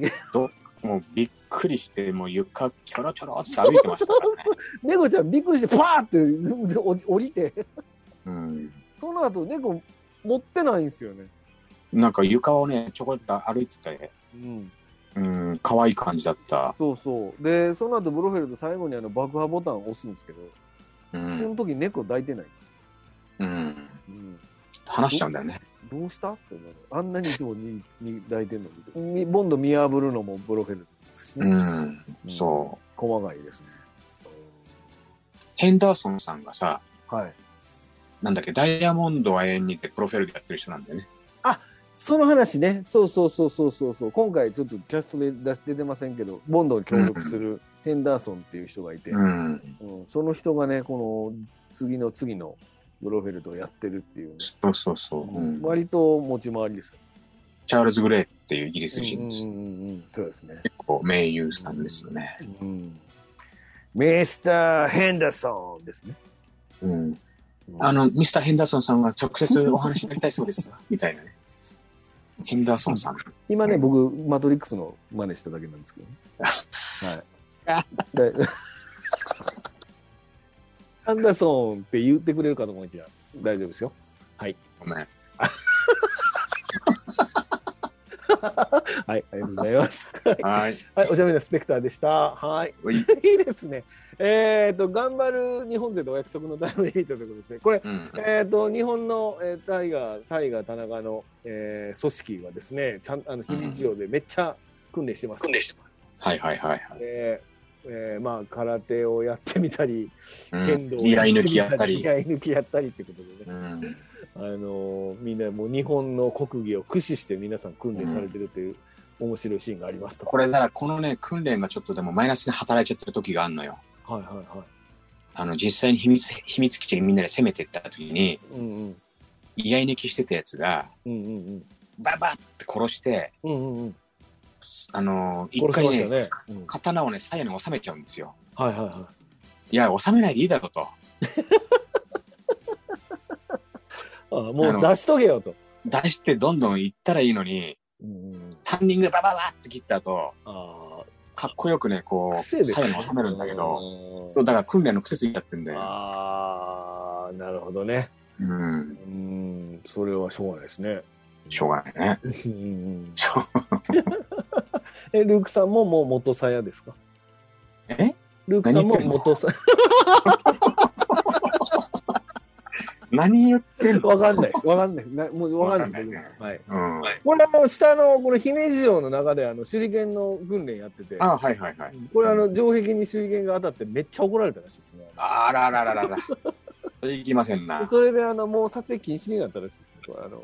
Speaker 1: ー
Speaker 2: もうびっくりして、もう床、キョロキョロって歩いてました
Speaker 1: [LAUGHS]
Speaker 2: からね。
Speaker 1: 猫ちゃんびっくりしてパーってで降り降りて [LAUGHS]
Speaker 2: うん。
Speaker 1: その後猫持ってないんですよね。
Speaker 2: なんか床をね、ちょこっと歩いてて、
Speaker 1: うん、
Speaker 2: うん、可愛い感じだった。
Speaker 1: そうそう。で、その後ブロフェルド最後にあの爆破ボタンを押すんですけど、
Speaker 2: う
Speaker 1: その
Speaker 2: ん。
Speaker 1: 時猫抱いてないんですよ。
Speaker 2: うん。
Speaker 1: うん、
Speaker 2: 話しちゃうんだよね。
Speaker 1: どうしたって思うのあんなにいつもにに抱いてんのにみボンド見破るのもブロフェルドですし
Speaker 2: う
Speaker 1: ね。
Speaker 2: ん。そう。
Speaker 1: う。細かいですね。
Speaker 2: ヘンダーソンさんがさ、
Speaker 1: はい。
Speaker 2: なんだっけ、ダイヤモンドは永遠にってプロフェルでやってる人なんだよね。
Speaker 1: その話ね、そうそうそうそうそうそう、今回ちょっとキャストで出し出てませんけど、ボンドに協力するヘンダーソンっていう人がいて、
Speaker 2: うん。
Speaker 1: うんその人がね、この次の次のブロフェルドをやってるっていうね、
Speaker 2: そうそうそう。うん
Speaker 1: 割と持ち回りですよ。
Speaker 2: チャールズ・グレイっていうイギリス人です。
Speaker 1: うんうんうんうんそうですね。
Speaker 2: 結構名優さんですよね。
Speaker 1: うんミスター・ヘンダーソンですね。
Speaker 2: うん。あの、ミスター・ヘンダーソンさんは直接お話になりたいそうです。 [LAUGHS] みたいなね。ヘンダーソンさん。
Speaker 1: 今ね、僕、マトリックスの真似しただけなんですけどね。 [LAUGHS] はい。でアンダーソンって言ってくれるかと思いきや、大丈夫ですよ。
Speaker 2: ごめん。
Speaker 1: はい、ありがとうございます。
Speaker 2: はい。
Speaker 1: [LAUGHS] はい、おしゃべりのスペクターでした。 [LAUGHS] はい。
Speaker 2: はい
Speaker 1: いいですね。えっ、と、頑張る日本勢とお約束のタイムリーということですね。これ、
Speaker 2: うん。
Speaker 1: えっ、と、日本の、えータイガー、タイガー田中の、えー組織はですね、ちゃんあの、非日常でめっちゃ訓練してます。訓練してます。
Speaker 2: はいはいはいはい。
Speaker 1: で、えーまあ、空手をやってみたり、剣
Speaker 2: う
Speaker 1: 道
Speaker 2: ん。
Speaker 1: を
Speaker 2: リ
Speaker 1: や
Speaker 2: ラ
Speaker 1: って
Speaker 2: イ
Speaker 1: み
Speaker 2: 抜きやったり
Speaker 1: リ。ライ抜きやったりってことでね。
Speaker 2: うん。
Speaker 1: あのーみんなもう日本の国技を駆使して皆さん訓練されてるという面白いシーンがありますと。
Speaker 2: これ、だからこのね、訓練がちょっとでもマイナスに働いちゃってる時があるのよ。
Speaker 1: はいはいは
Speaker 2: あの、実際に秘密、秘密基地にみんなで攻めてった時に、
Speaker 1: い。うんうん。
Speaker 2: 居合抜きしてたやつが、
Speaker 1: うんうん
Speaker 2: ババって殺して、
Speaker 1: うん。うんうんうん。
Speaker 2: あの、一
Speaker 1: 殺し
Speaker 2: 回
Speaker 1: ました
Speaker 2: ね、
Speaker 1: よね。うん
Speaker 2: 刀をね、鞘に収めちゃうんですよ。
Speaker 1: はいはいはい
Speaker 2: や、収めないでいいだろうと。
Speaker 1: い。あもう出しとけよと。
Speaker 2: 出してどんどん行ったらいいのに、
Speaker 1: うんうん。
Speaker 2: タンニングでバババって切った後、
Speaker 1: あ
Speaker 2: かっこよくね、こ
Speaker 1: あ、
Speaker 2: う、
Speaker 1: 癖で
Speaker 2: 鞘に収めるんだけど、
Speaker 1: ど
Speaker 2: そう、だから訓練の癖ついちゃってんだよ。
Speaker 1: ああ、なるほどね。
Speaker 2: うん。
Speaker 1: うん、それはしょうがないですね。
Speaker 2: しょうがないね。
Speaker 1: うんうん
Speaker 2: しょう
Speaker 1: [LAUGHS] え、ルークさんももう元さやですか
Speaker 2: え
Speaker 1: ルークさんも
Speaker 2: 何言ってんの
Speaker 1: 元さ
Speaker 2: 何言ってんの
Speaker 1: わかんないです。わかんない。なもうわかんない。
Speaker 2: わかんないね
Speaker 1: はい。
Speaker 2: うん。あ
Speaker 1: これあの下のこの姫路城の中であの手裏剣の訓練やってて、
Speaker 2: あ、はいはいはい。
Speaker 1: これあの城壁に手裏剣が当たってめっちゃ怒られたらしいですね。
Speaker 2: あらららららら。それいきません
Speaker 1: で
Speaker 2: な。
Speaker 1: それであのもう撮影禁止になったらしいですね。これあの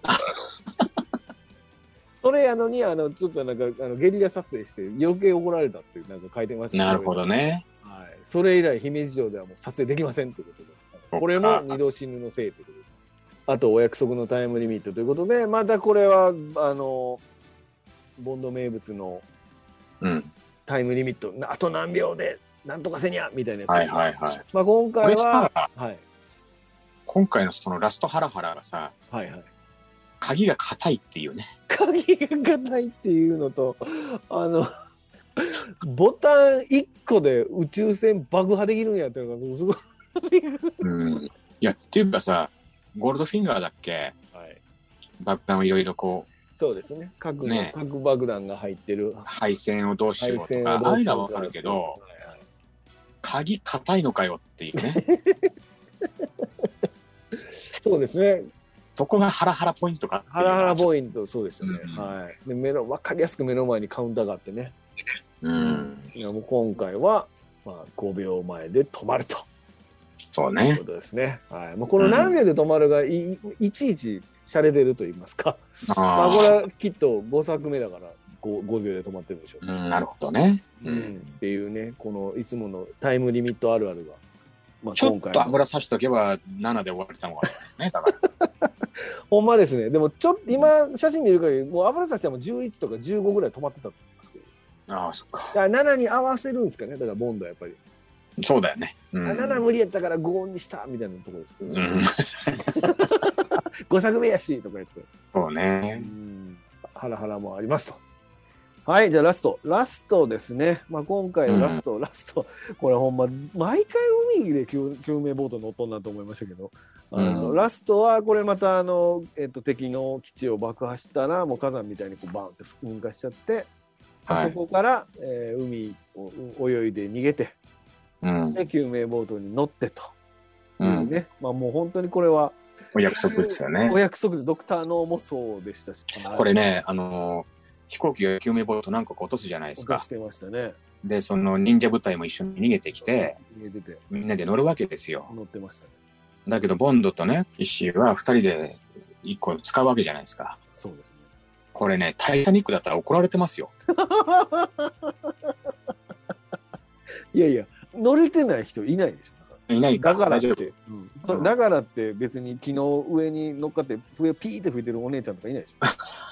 Speaker 1: それやのにあのちょっとなんかあのゲリラ撮影して余計怒られたっていうなんか書いてました
Speaker 2: なるほど。ね。
Speaker 1: はい。それ以来姫路城ではもう撮影できませんってことで。
Speaker 2: そっか
Speaker 1: これも二度死ぬのせいということで。あと、お約束のタイムリミットということで、またこれは、あの、ボンド名物の
Speaker 2: うん。
Speaker 1: タイムリミット、なあと何秒で、なんとかせにゃみたいなやつ
Speaker 2: は
Speaker 1: で
Speaker 2: い
Speaker 1: す
Speaker 2: はいはい。
Speaker 1: まあ、今
Speaker 2: これ
Speaker 1: 回は
Speaker 2: さ、、
Speaker 1: はい、
Speaker 2: 今回のそのラストハラハラがさ、
Speaker 1: はい、はい。
Speaker 2: 鍵が硬いっていうね。
Speaker 1: 鍵がないっていうのと、あの、ボタン1個で宇宙船爆破できるんやっていうのが、すごい。
Speaker 2: うん。いや、っていうかさ、ゴールドフィンガーだっけ
Speaker 1: はい、
Speaker 2: 爆弾をいろいろこう、
Speaker 1: そうですね。核の
Speaker 2: ね
Speaker 1: 核爆弾が入ってる
Speaker 2: 配線をどうしようと
Speaker 1: 配線
Speaker 2: か、
Speaker 1: をど
Speaker 2: あ
Speaker 1: う
Speaker 2: あい
Speaker 1: し
Speaker 2: うのは
Speaker 1: よ
Speaker 2: わ
Speaker 1: うと
Speaker 2: か
Speaker 1: か
Speaker 2: るけど、鍵硬いのかよっていうね。 [LAUGHS]
Speaker 1: そうですね。
Speaker 2: そこがハラハラポイントかっていう
Speaker 1: ハラハラ
Speaker 2: イント。
Speaker 1: ポイント、そうですよね。
Speaker 2: うん
Speaker 1: はい。で、目の、わかりやすく目の前にカウンターがあってね。
Speaker 2: うん。
Speaker 1: いや、もう今回は、まあ、5秒前で止まると
Speaker 2: そう
Speaker 1: いう
Speaker 2: ね
Speaker 1: こ。とですね。はい。もうこの何秒で止まるがい、いいちいち洒落てると言いますか。まあ、
Speaker 2: あ
Speaker 1: これ
Speaker 2: あ。
Speaker 1: はきっと5作目だから5、5秒で止まってるんでしょう。
Speaker 2: うん、なるほどね。うん。
Speaker 1: っていうね、このいつものタイムリミットあるあるが。まあ、
Speaker 2: ちょっ
Speaker 1: 今回
Speaker 2: と
Speaker 1: は
Speaker 2: 油差しとけば7で終わりたのがね、だから。
Speaker 1: ほんまですね。でも、ちょっと今、写真見る限り、もう油差しでも11とか15ぐらい止まってたと思いますけど。
Speaker 2: [LAUGHS] ああ、そっか。
Speaker 1: だから7に合わせるんですかね。だから、ボンドはやっぱり。
Speaker 2: そうだよね。う
Speaker 1: あ7無理やったから5にしたみたいなところですけど、
Speaker 2: う
Speaker 1: ね
Speaker 2: ん、
Speaker 1: 5作目やしとか言って、
Speaker 2: そう
Speaker 1: う
Speaker 2: ね。
Speaker 1: ん、ハラハラもありますと。はい、じゃあラスト。ラストですね。まあ、今回のラスト、ラスト。これほんま、毎回海で救救命ボート乗っとんなと思いましたけど、あの
Speaker 2: うん
Speaker 1: ラストはこれまたあの、えっと、敵の基地を爆破したら、もう火山みたいにこうバーンって噴火しちゃって、
Speaker 2: は
Speaker 1: そ
Speaker 2: い。
Speaker 1: こから、えー海をう泳いで逃げて、
Speaker 2: うん。
Speaker 1: で救命ボートに乗ってと。
Speaker 2: うん。
Speaker 1: ね。まあもう本当にこれは、
Speaker 2: お約束ですよね
Speaker 1: お。約束でドクターのもそうでしたし、
Speaker 2: これね、あのー飛行機が救命ボート何個か落とすじゃない
Speaker 1: 落
Speaker 2: です
Speaker 1: と
Speaker 2: か
Speaker 1: し。てましたね。
Speaker 2: で、その忍者部隊も一緒に逃げてきて、
Speaker 1: 家出て
Speaker 2: みんなで乗るわけですよ。
Speaker 1: 乗ってましたね。
Speaker 2: だけど、ボンドとね、フィッシーは二人で一個使うわけじゃないですか。
Speaker 1: そうですね。
Speaker 2: これね、タイタニックだったら怒られてますよ。 [LAUGHS]
Speaker 1: いやいや、乗れてない人いないでしょ。
Speaker 2: いない
Speaker 1: だからっ
Speaker 2: 大
Speaker 1: て
Speaker 2: 丈夫。、
Speaker 1: うんそだからって別に昨日上に乗っかって笛ピーって吹いてるお姉ちゃんとかいないでし
Speaker 2: [LAUGHS]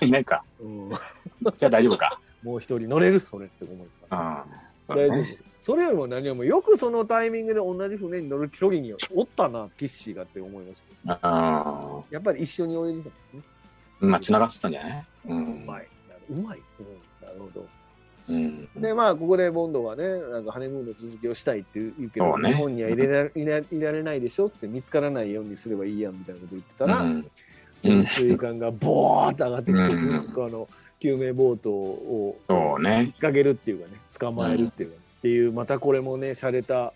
Speaker 1: ょ。
Speaker 2: いないか。
Speaker 1: うん
Speaker 2: じゃあ大丈夫か。
Speaker 1: もう一人乗れるそれって思うから。
Speaker 2: うん。そう
Speaker 1: 大
Speaker 2: だ
Speaker 1: 丈夫
Speaker 2: ね。
Speaker 1: それよりも何よりもよくそのタイミングで同じ船に乗る距離におったな、キッシーがって思いました。
Speaker 2: あ
Speaker 1: やっぱり一緒に泳いでたんですね。
Speaker 2: ーまあ、繋がってたんじゃないうん
Speaker 1: う。まい。うまい。うん、なるほ
Speaker 2: うん。
Speaker 1: ど。で、まあ、ここでボンドがね、なんかハネムーンの続きをしたいって言うけ
Speaker 2: そ
Speaker 1: ど、
Speaker 2: うね
Speaker 1: 日本には入れら [LAUGHS] いないられないでしょって見つからないようにすればいいやんみたいなこと言ってた
Speaker 2: う
Speaker 1: ら、
Speaker 2: ん。うん
Speaker 1: 潜水艦がボーッと上がってきて、
Speaker 2: うん
Speaker 1: なんかあの救命ボートを
Speaker 2: そうね
Speaker 1: 引っ。掛けるっていうかね捕まえるっていうか、っていうまたこれもね洒落た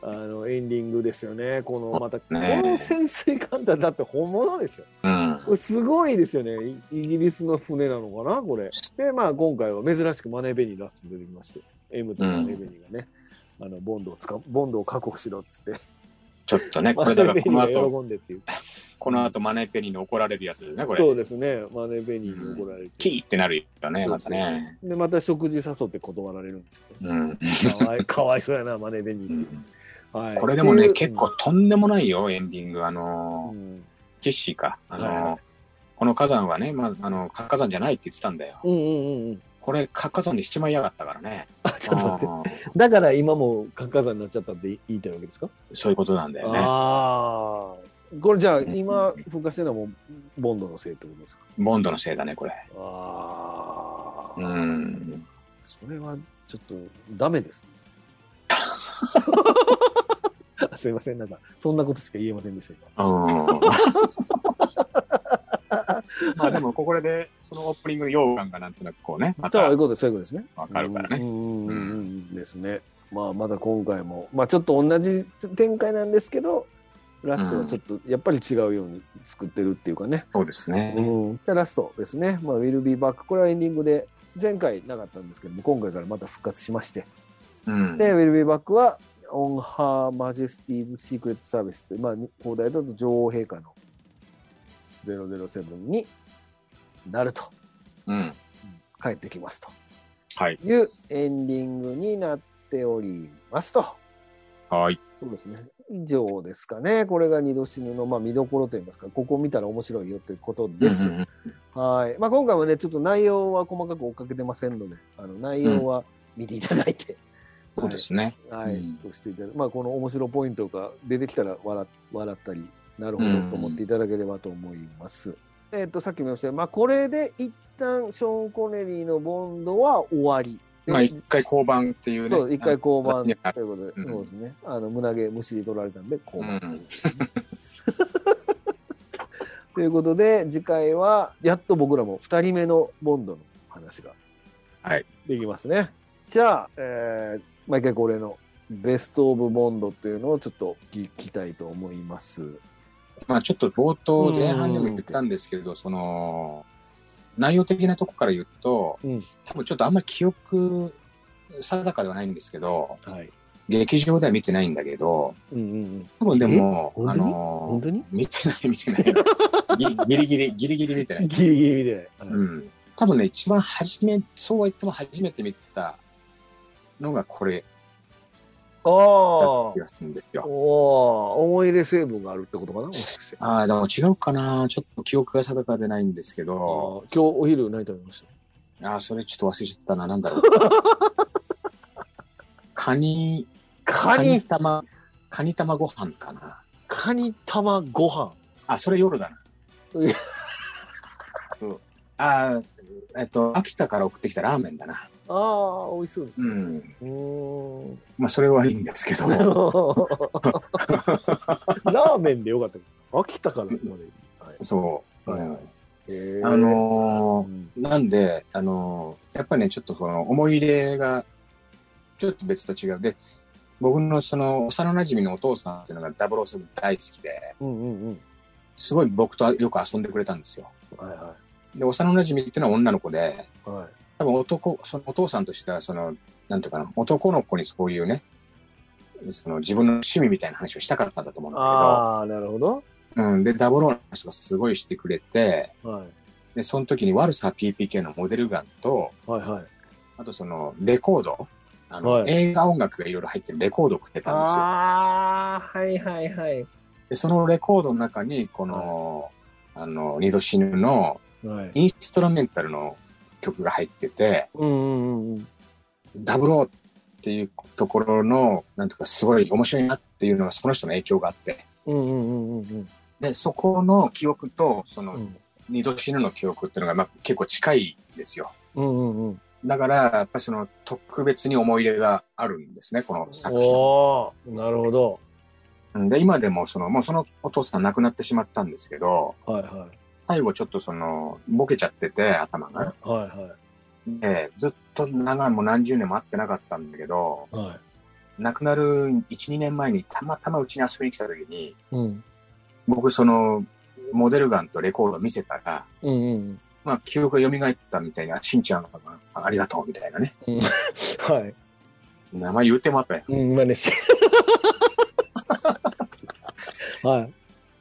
Speaker 1: あのエンディングですよねこのまた、
Speaker 2: ね
Speaker 1: この潜水艦だだって本物ですよ
Speaker 2: うん。
Speaker 1: これすごいですよねイイギリスの船なのかなこれでまあ今回は珍しくマネーベニーラストに出てきまして M とマネーベニーがね、あのボンドをつかボンドを確保しろっつって
Speaker 2: ちょっと
Speaker 1: [LAUGHS]
Speaker 2: ね、こ
Speaker 1: マネ
Speaker 2: れだか
Speaker 1: ーベ
Speaker 2: ら
Speaker 1: ニー
Speaker 2: この後、
Speaker 1: が喜んでっていう
Speaker 2: この後マネペニに怒られるやつですね、これ。
Speaker 1: そうですねマネーベニーに怒られて、
Speaker 2: キーってなるよね、
Speaker 1: そう
Speaker 2: ま
Speaker 1: そ
Speaker 2: た
Speaker 1: うそう
Speaker 2: ね。
Speaker 1: でまた食事誘って断られるんですよ
Speaker 2: うん。 [LAUGHS]
Speaker 1: かわいかわいそうやな、マネベニ
Speaker 2: う
Speaker 1: ー。
Speaker 2: ん
Speaker 1: はい
Speaker 2: これでもね、
Speaker 1: っていう
Speaker 2: 結構とんでもないよ、エンディング。あ
Speaker 1: う
Speaker 2: のー、
Speaker 1: ん
Speaker 2: ジェシーか。あの
Speaker 1: はいは
Speaker 2: ー、この火山はね、まあ、あの、活火山じゃないって言ってたんだよ。
Speaker 1: うんうんうん。
Speaker 2: これ、活火山にしちまいやがったからね。
Speaker 1: あ、ちょっと待って。
Speaker 2: あー
Speaker 1: だから今も活火山になっちゃったって言い言いたいわけですか
Speaker 2: そういうことなんだよね。
Speaker 1: ああ。これじゃあ
Speaker 2: うん
Speaker 1: 今噴火してるのはもうボンドのせいってことですか
Speaker 2: ボンドのせいだね、これ。
Speaker 1: ああ。
Speaker 2: うん。
Speaker 1: それはちょっとダメですね。すいません、なんか、そんなことしか言えませんでした、今。
Speaker 2: [LAUGHS] まあでも、ここで、そのオープニングの羊羹がなんとなくこうね、ま
Speaker 1: そう
Speaker 2: た
Speaker 1: いうことです、そういうことですね。
Speaker 2: わかるからね。
Speaker 1: うんうんうんうんですね。まあまだ今回も、まあちょっと同じ展開なんですけど、ラストはちょっとやっぱり違うように作ってるっていうかね。
Speaker 2: そうですね
Speaker 1: うん。でラストですね。まあ Will Be Back。これはエンディングで、前回なかったんですけども、今回からまた復活しまして。
Speaker 2: うん。
Speaker 1: で、Will Be Back は、On Her Majesty's Secret Service って、まあ放題だと女王陛下の007になると、
Speaker 2: うん。
Speaker 1: 帰ってきますと。
Speaker 2: はい。
Speaker 1: いうエンディングになっておりますと。
Speaker 2: はい。
Speaker 1: そうですね。以上ですかね。これが二度死ぬの、まあ、見どころといいますか、ここ見たら面白いよということです。
Speaker 2: うんうんうん
Speaker 1: はい。まあ、今回はね、ちょっと内容は細かく追っかけてませんので、あの内容は見ていただいて、
Speaker 2: そうですね。
Speaker 1: はい、はい
Speaker 2: [LAUGHS] うん
Speaker 1: としていただまあ、この面白ポイントが出てきたら笑笑ったり、なるほど
Speaker 2: うん
Speaker 1: と思っていただければと思います。えっ、と、さっきも言いましたがまあ、これで一旦ショーン・コネリーのボンドは終わり。
Speaker 2: まあ、一回交番っていうね。
Speaker 1: そう、一回交番
Speaker 2: ね
Speaker 1: ということで、
Speaker 2: うん
Speaker 1: そうですね。あの、胸毛、むしり取られたんで、交番。
Speaker 2: うん
Speaker 1: ということで、次回は、やっと僕らも2人目のボンドの話が
Speaker 2: はい
Speaker 1: できますね。じゃあ、えー毎回恒例のベスト・オブ・ボンドっていうのをちょっと聞きたいと思います。
Speaker 2: まあ、ちょっと冒頭、前半でも言ったんですけど、その、内容的なとこから言うと、
Speaker 1: うん
Speaker 2: 多分ちょっとあんまり記憶、定かではないんですけど、
Speaker 1: はい。
Speaker 2: 劇場では見てないんだけど、
Speaker 1: うんうんうん。
Speaker 2: 多分でも、
Speaker 1: え
Speaker 2: あの
Speaker 1: 本当に
Speaker 2: 見てない見てない。ぎギリギリ、ギリギリ見てない。
Speaker 1: ギリギリで。はい
Speaker 2: うん。多分ね、一番初め、そうは言っても初めて見たのがこれ
Speaker 1: あ
Speaker 2: だった
Speaker 1: あ
Speaker 2: 気。がするんですよ。
Speaker 1: おー思い入れ成分があるってことかなもしかして。
Speaker 2: ああ、でも違うかな。ちょっと記憶が定かでないんですけ
Speaker 1: あ
Speaker 2: ど、
Speaker 1: ー今日お昼何食べました
Speaker 2: ああ、それちょっと忘れちゃったな。なん
Speaker 1: [LAUGHS]
Speaker 2: だろう。カニ、
Speaker 1: カニ
Speaker 2: 玉、カニ玉ご飯かな。
Speaker 1: カニ玉ご飯。
Speaker 2: あ、それ夜だな。
Speaker 1: う
Speaker 2: そうああ、えっと、秋田から送ってきたラーメンだな。
Speaker 1: ああ、美味しそうです
Speaker 2: う
Speaker 1: ね。
Speaker 2: ん。
Speaker 1: うーん。
Speaker 2: まあ、それはいいんです
Speaker 1: [LAUGHS]
Speaker 2: けど。
Speaker 1: ラーメンでよかったけど。秋田からここまで。はい
Speaker 2: そう。
Speaker 1: はい
Speaker 2: うん
Speaker 1: へー
Speaker 2: あの
Speaker 1: うん
Speaker 2: ーなんで、あのーやっぱりね、ちょっとその思い入れが、ちょっと別と違う。で、僕のその幼馴染のお父さんっていうのが007大好きで、
Speaker 1: うんうんうん。
Speaker 2: すごい僕とよく遊んでくれたんですよ。
Speaker 1: はいは
Speaker 2: で、幼馴染っていうのは女の子で、
Speaker 1: い。はい。
Speaker 2: 多分男、そのお父さんとしては、その、なんていうかな、男の子にそういうね、その自分の趣味みたいな話をしたかったんだと思うんだ
Speaker 1: ああ、なるほど。
Speaker 2: けど、うん、で、ダブルオーナーの人がすごいしてくれて、
Speaker 1: はい。
Speaker 2: で、その時にワルサー PPK のモデルガンと、
Speaker 1: はいはい。
Speaker 2: あとそのレコード、あの、
Speaker 1: はい
Speaker 2: 映画音楽がいろいろ入ってるレコードをくれたんですよ。
Speaker 1: ああ、はいはいはい。
Speaker 2: で、そのレコードの中に、この、あの、二度死ぬの
Speaker 1: はい。
Speaker 2: インストラメンタルの曲が入ってて、
Speaker 1: うんうんうん。
Speaker 2: ダブローっていうところの、なんとかすごい面白いなっていうのがその人の影響があって、
Speaker 1: うんうんうんうん
Speaker 2: で、そこの記憶と、その
Speaker 1: う、ん。
Speaker 2: 二度死ぬの記憶っていうのが、まあ、結構近いんですよ。
Speaker 1: うんうんうん。
Speaker 2: だから、やっぱりその、特別に思い入れがあるんですね、この作品。
Speaker 1: おお、なるほど。
Speaker 2: うんで、今でも、その、もうそのお父さん亡くなってしまったんですけど、
Speaker 1: はいは
Speaker 2: 最後ちょっとその、ボケちゃってて、頭
Speaker 1: い。は
Speaker 2: が。
Speaker 1: いは
Speaker 2: で、ずっと長い、もう何十年も会ってなかったんだけど、
Speaker 1: い。はい。
Speaker 2: 亡くなる1、2年前にたまたまうちに遊びに来た時に、
Speaker 1: うん。
Speaker 2: 僕その、モデルガンとレコード見せたら、
Speaker 1: うんうん
Speaker 2: まあ、記憶が蘇ったみたいな、しんちゃんがありがとうみたいなね。
Speaker 1: うん。はい。
Speaker 2: 名前言うてもあったよ。
Speaker 1: うん、まねし。 [LAUGHS] はい。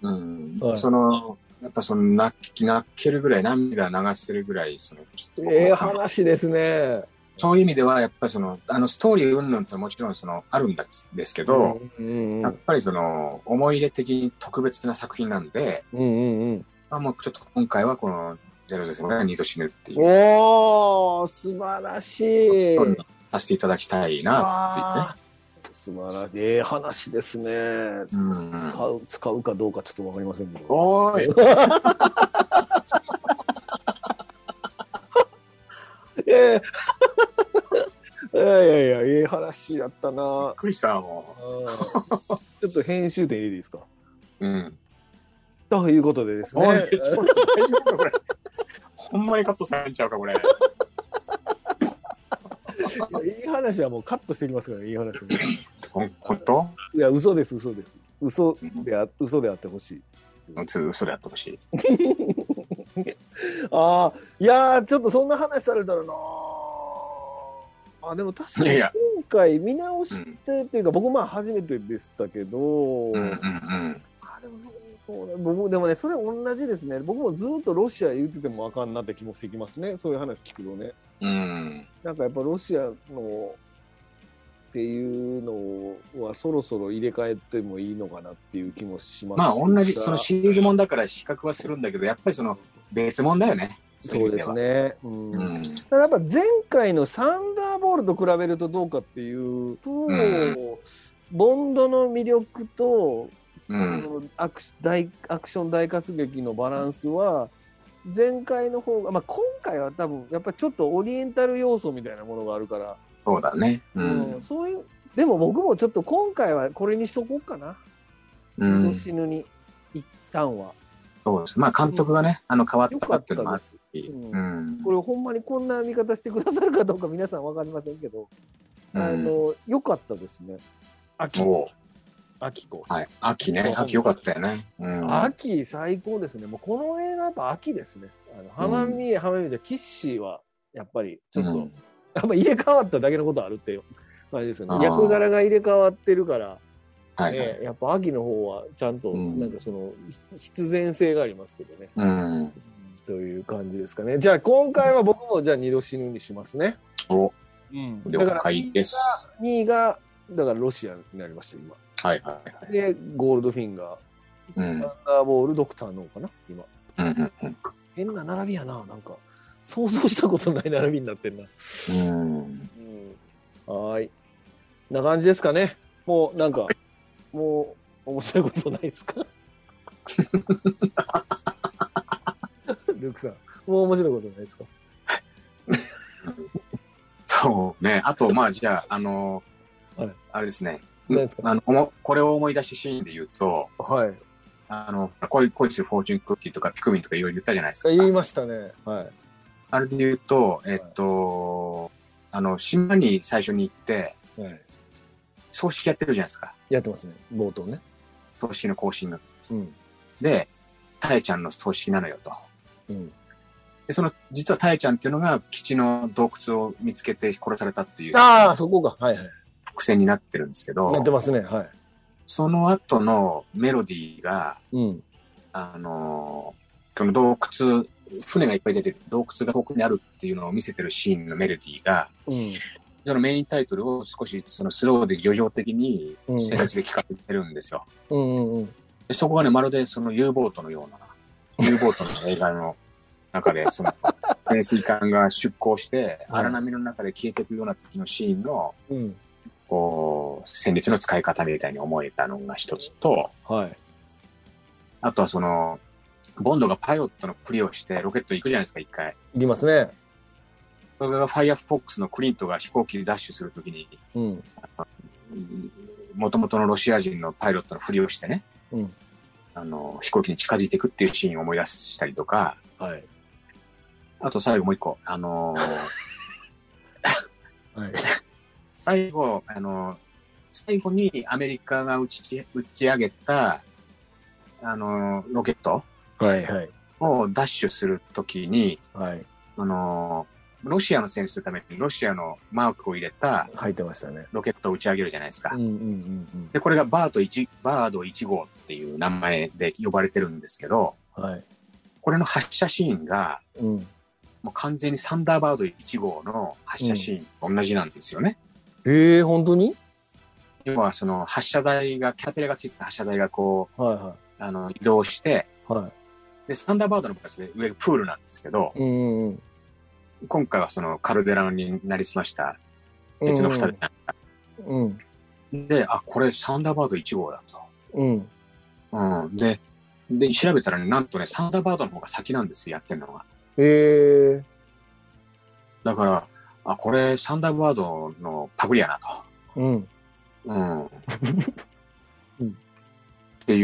Speaker 2: うん
Speaker 1: はい
Speaker 2: その、やっぱその泣き、泣けるぐらい、涙流してるぐらい、その、ちょっと、
Speaker 1: ええ話ですね。
Speaker 2: そういう意味では、やっぱりその、あの、ストーリー云々ってもちろんその、あるんですですけど、
Speaker 1: うんうんう
Speaker 2: やっ
Speaker 1: ん。
Speaker 2: ぱりその、思い入れ的に特別な作品なんで、
Speaker 1: うんうんうん。
Speaker 2: まあ、もうちょっと今回はこの、ゼロゼロが二度死ぬっていう、
Speaker 1: おお、素晴らしい。
Speaker 2: そういうのをさせていただきたいな、
Speaker 1: あー素晴らしい。ええ話ですね。
Speaker 2: っていうね。うん
Speaker 1: 使う、使うかどうかちょっとわかりませんけど。
Speaker 2: おーい
Speaker 1: え [LAUGHS] えいやいやいや、ええ話やったな。
Speaker 2: クリスさんも
Speaker 1: あーちょっと編集点いいですか。
Speaker 2: う。うん。
Speaker 1: ということでですね。
Speaker 2: おいちょっと大丈夫かこれ [LAUGHS] ほんまにカットされちゃうか、こ
Speaker 1: い
Speaker 2: れ。
Speaker 1: やいい話はもうカットしてきますから、ね、いい話はね。
Speaker 2: ほんほんと
Speaker 1: いや、嘘です、嘘です。嘘であ、嘘であってほしい。
Speaker 2: つ嘘でやってほしい。
Speaker 1: ああ、いやー、ちょっとそんな話されたらなあ、でも確かに
Speaker 2: いやい
Speaker 1: 今
Speaker 2: や
Speaker 1: 回見直
Speaker 2: う
Speaker 1: し
Speaker 2: ん。
Speaker 1: てっていうか、僕まあ初めてでしたけど、
Speaker 2: うんうんうん。
Speaker 1: あでもそうね、僕でもね、それ同じですね。僕もずっとロシア言っててもあかんなって気もしてきますね。そういう話聞くとね。
Speaker 2: うん。
Speaker 1: なんかやっぱロシアのっていうのはそろそろ入れ替えてもいいのかなっていう気もします
Speaker 2: まあ同じ、そのシリーズもんだから比較はするんだけど、やっぱりその別もんだよね。い
Speaker 1: そう
Speaker 2: 意味
Speaker 1: ですね。うん
Speaker 2: は。うん。
Speaker 1: ただやっぱ前回のサンダーボールと比べるとどうかっていうと、
Speaker 2: ん
Speaker 1: ボンドの魅力と、
Speaker 2: うん
Speaker 1: そのアクシ大アクション大活劇のバランスは前回の方が、まあ、今回は多分やっぱりちょっとオリエンタル要素みたいなものがあるから、
Speaker 2: そうだね。う
Speaker 1: うん
Speaker 2: ん。
Speaker 1: そういうでも僕もちょっと今回はこれにしとこうかな、
Speaker 2: うん。
Speaker 1: 死ぬに一旦は。
Speaker 2: そうです。まあ監督がね、あの変わった
Speaker 1: よ
Speaker 2: か
Speaker 1: か
Speaker 2: っ
Speaker 1: って
Speaker 2: い
Speaker 1: た
Speaker 2: うのもあ
Speaker 1: で
Speaker 2: る
Speaker 1: す。
Speaker 2: し。
Speaker 1: うん
Speaker 2: うん。
Speaker 1: これほんまにこんな見方してくださるかどうか皆さん分かりませんけど、
Speaker 2: うん
Speaker 1: あの良かったですね。秋
Speaker 2: おう
Speaker 1: 秋子。
Speaker 2: はい。秋ね。秋良かったよね。うん。
Speaker 1: 秋最高ですね。もうこの映画やっぱ秋ですね。あの浜見、浜見じゃキッシーはやっぱりちょっと、
Speaker 2: うん
Speaker 1: やっぱ入れ替わっただけのことあるっていう感じですよ
Speaker 2: あ
Speaker 1: ね。
Speaker 2: ー
Speaker 1: 役柄が入れ替わってるから、
Speaker 2: はいはい。
Speaker 1: ね、やっぱ秋の方はちゃんと
Speaker 2: うん
Speaker 1: なんかその必然性がありますけどね。
Speaker 2: うん。
Speaker 1: という感じですかね。じゃあ今回は僕もじゃあ二度死ぬにしますね。
Speaker 2: お、
Speaker 1: うん
Speaker 2: 了解です。
Speaker 1: 2位が、だからロシアになりました、今。
Speaker 2: はいはいは
Speaker 1: で、
Speaker 2: い。
Speaker 1: ゴールドフィンガー、
Speaker 2: うん
Speaker 1: サンダーボール、ドクターのかな、今。
Speaker 2: うんうんうん。
Speaker 1: 変な並びやな、なんか。想像したことない並びになってんな。
Speaker 2: うん。
Speaker 1: うん、はーい。な感じですかね。もう、なんか、もう、面白いことないです
Speaker 2: [LAUGHS]
Speaker 1: かルークさん、もう面白いことないですか
Speaker 2: そうね。あと、まあ、じゃあ、あの
Speaker 1: はい、
Speaker 2: あれですね
Speaker 1: 何です。か
Speaker 2: あの、おもこれを思い出しシーンで言うと、
Speaker 1: はい。
Speaker 2: あの、恋、恋するフォーチュンクッキーとかピクミンとかいろいろ言ったじゃないですか。
Speaker 1: 言いましたね。はい。
Speaker 2: あれで言うと、えっと、あの、島に最初に行って、
Speaker 1: はい、
Speaker 2: 葬式やってるじゃないですか。
Speaker 1: やってますね、冒頭ね。
Speaker 2: 葬式の更新が。
Speaker 1: うん。
Speaker 2: で、タエちゃんの葬式なのよと。
Speaker 1: うん。
Speaker 2: で、その、実はタエちゃんっていうのが基地の洞窟を見つけて殺されたっていう
Speaker 1: ああ、そこか。はいはい。
Speaker 2: 伏線になってるんですけ
Speaker 1: な
Speaker 2: ど
Speaker 1: って、ますね。はい。
Speaker 2: その後のメロディーが、
Speaker 1: うん。
Speaker 2: あのーこの洞窟船がいっぱい出てて洞窟が遠くにあるっていうのを見せてるシーンのメロディーが、
Speaker 1: うん。
Speaker 2: そのメインタイトルを少しそのスローで叙情的に
Speaker 1: うん
Speaker 2: [LAUGHS] 生活で聞かせてるんですよ。
Speaker 1: うんうん。
Speaker 2: でそこがね、まるでその U ボートのような、U ボートの映画の中で、その潜水艦が出港して、
Speaker 1: うん
Speaker 2: 荒波の中で消えていくような時のシーンの、
Speaker 1: うん。
Speaker 2: こう、戦慄の使い方みたいに思えたのが一つと、
Speaker 1: はい。
Speaker 2: あとはその、ボンドがパイロットのプリをしてロケット行くじゃないですか、一回。
Speaker 1: いきますね。
Speaker 2: それがファイアフォックスのクリントが飛行機でダッシュするときに、
Speaker 1: うん。
Speaker 2: もともとのロシア人のパイロットのふりをしてね、
Speaker 1: うん
Speaker 2: あの飛行機に近づいていくっていうシーンを思い出したりとか、
Speaker 1: はい。
Speaker 2: あと最後もう一個、あ
Speaker 1: [LAUGHS]
Speaker 2: のー
Speaker 1: はい。
Speaker 2: 最後、あのー最後にアメリカが打ち打ち上げた、あのーロケット
Speaker 1: はい。はい。
Speaker 2: をダッシュするときに、
Speaker 1: はい。
Speaker 2: あのーロシアの選手のためにロシアのマークを入れた
Speaker 1: 入ってましたね。
Speaker 2: ロケットを打ち上げるじゃないですか。
Speaker 1: うんうんうん
Speaker 2: で、これがバート1、バード1号っていう名前で呼ばれてるんですけど、
Speaker 1: うん。はい。
Speaker 2: これの発射シーンが、
Speaker 1: うん。
Speaker 2: もう完全にサンダーバード1号の発射シーンと同じなんですよね。
Speaker 1: ええ、本当に
Speaker 2: 要は、その発射台が、キャタペラがついた発射台がこ
Speaker 1: はいは
Speaker 2: う、あの、移動して、
Speaker 1: い。は
Speaker 2: で、サンダーバードの場所で上がプールなんですけど
Speaker 1: い。、うんうん。
Speaker 2: 今回はそのカルデラになりすました鉄の蓋で、
Speaker 1: うん。
Speaker 2: で、あ、これサンダーバード1号だと。
Speaker 1: うん。
Speaker 2: うん。で、で、調べたらね、なんとね、サンダーバードの方が先なんですよ、やってるのが。
Speaker 1: ええ。
Speaker 2: だから、あ、これサンダーバードのパクリやなと。
Speaker 1: うん。
Speaker 2: [LAUGHS] うん。
Speaker 1: うん
Speaker 2: ってい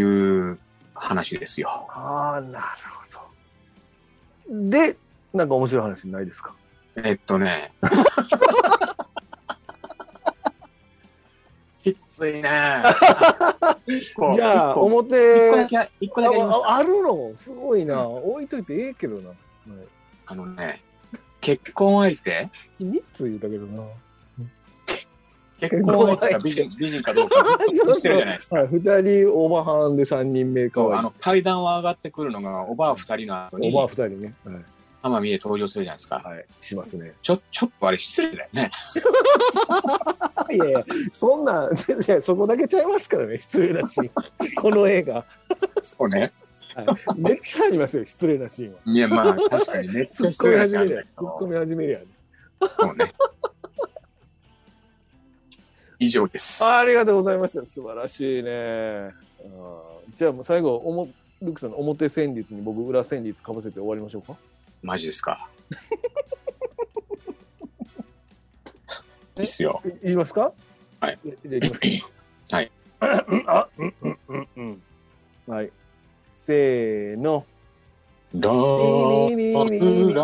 Speaker 2: う話ですよ。
Speaker 1: ああ、なるほど。で、なんか面白い話ないですか
Speaker 2: えっと [LAUGHS] ね。きつ [LAUGHS] いね。一個
Speaker 1: じゃあ、
Speaker 2: 一個一個だ
Speaker 1: 表、
Speaker 2: け、一個だけありまし
Speaker 1: あ
Speaker 2: た。
Speaker 1: あるのすごいな。置いといてええけどな。
Speaker 2: あのね、結婚相手
Speaker 1: 3つ言うたけどな。
Speaker 2: 結婚相手が美人美人かどう [LAUGHS] かずっとしてるじゃないですか。
Speaker 1: はい、2人オーバーハンで3人目か
Speaker 2: そう
Speaker 1: わい
Speaker 2: あの階段を上がってくるのがおばあ二人の後
Speaker 1: い。
Speaker 2: に
Speaker 1: オーバー2人ね。
Speaker 2: 奄美へ登場するじゃないですか
Speaker 1: はい。はい、しますね。
Speaker 2: ちょちょっとあれ失礼だよね
Speaker 1: いやいや、そんな、いやそこだけちゃいますからね、失礼なシーン。 [LAUGHS] この映画。
Speaker 2: そうね
Speaker 1: はい、めっちゃありますよ、失礼なシーンは。
Speaker 2: いやまあ確かにめっち
Speaker 1: 突
Speaker 2: ゃ
Speaker 1: っ込み
Speaker 2: 失礼な
Speaker 1: 始
Speaker 2: シー
Speaker 1: め
Speaker 2: ン
Speaker 1: る
Speaker 2: だ
Speaker 1: やん。
Speaker 2: け
Speaker 1: 突っ
Speaker 2: ど
Speaker 1: 込み始めるやん。
Speaker 2: そうね。以上です。
Speaker 1: ありがとうございました。素晴らしいね。うんじゃあもう最後、おもルックさんの表戦率に僕、裏戦率かぶせて終わりましょうか。
Speaker 2: マジですか。いいっすよ。
Speaker 1: い言いますか
Speaker 2: はい。
Speaker 1: じゃじゃあ行きますか
Speaker 2: はい。
Speaker 1: あ、うんうんうんうん。はい。せーの。
Speaker 2: ラーラスが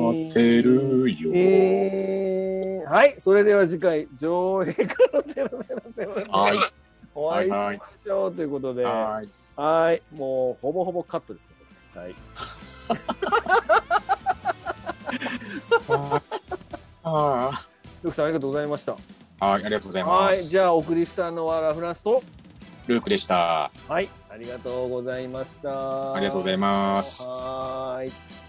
Speaker 2: やってるよ。
Speaker 1: えーはい、それでは次回、上映からテロテロ戦
Speaker 2: は
Speaker 1: をお会いしましょうということ
Speaker 2: い。
Speaker 1: で、は
Speaker 2: はい。
Speaker 1: い、もうほぼほぼカットですね。はい。
Speaker 2: あ
Speaker 1: ルクさんありがとうございました。
Speaker 2: ーはい。ありがとうございま
Speaker 1: はい、
Speaker 2: す。
Speaker 1: じゃあお送りしたのはラフランスと、
Speaker 2: ルークでした。
Speaker 1: はい、ありがとうございました。
Speaker 2: ありがとうございます。
Speaker 1: はーい。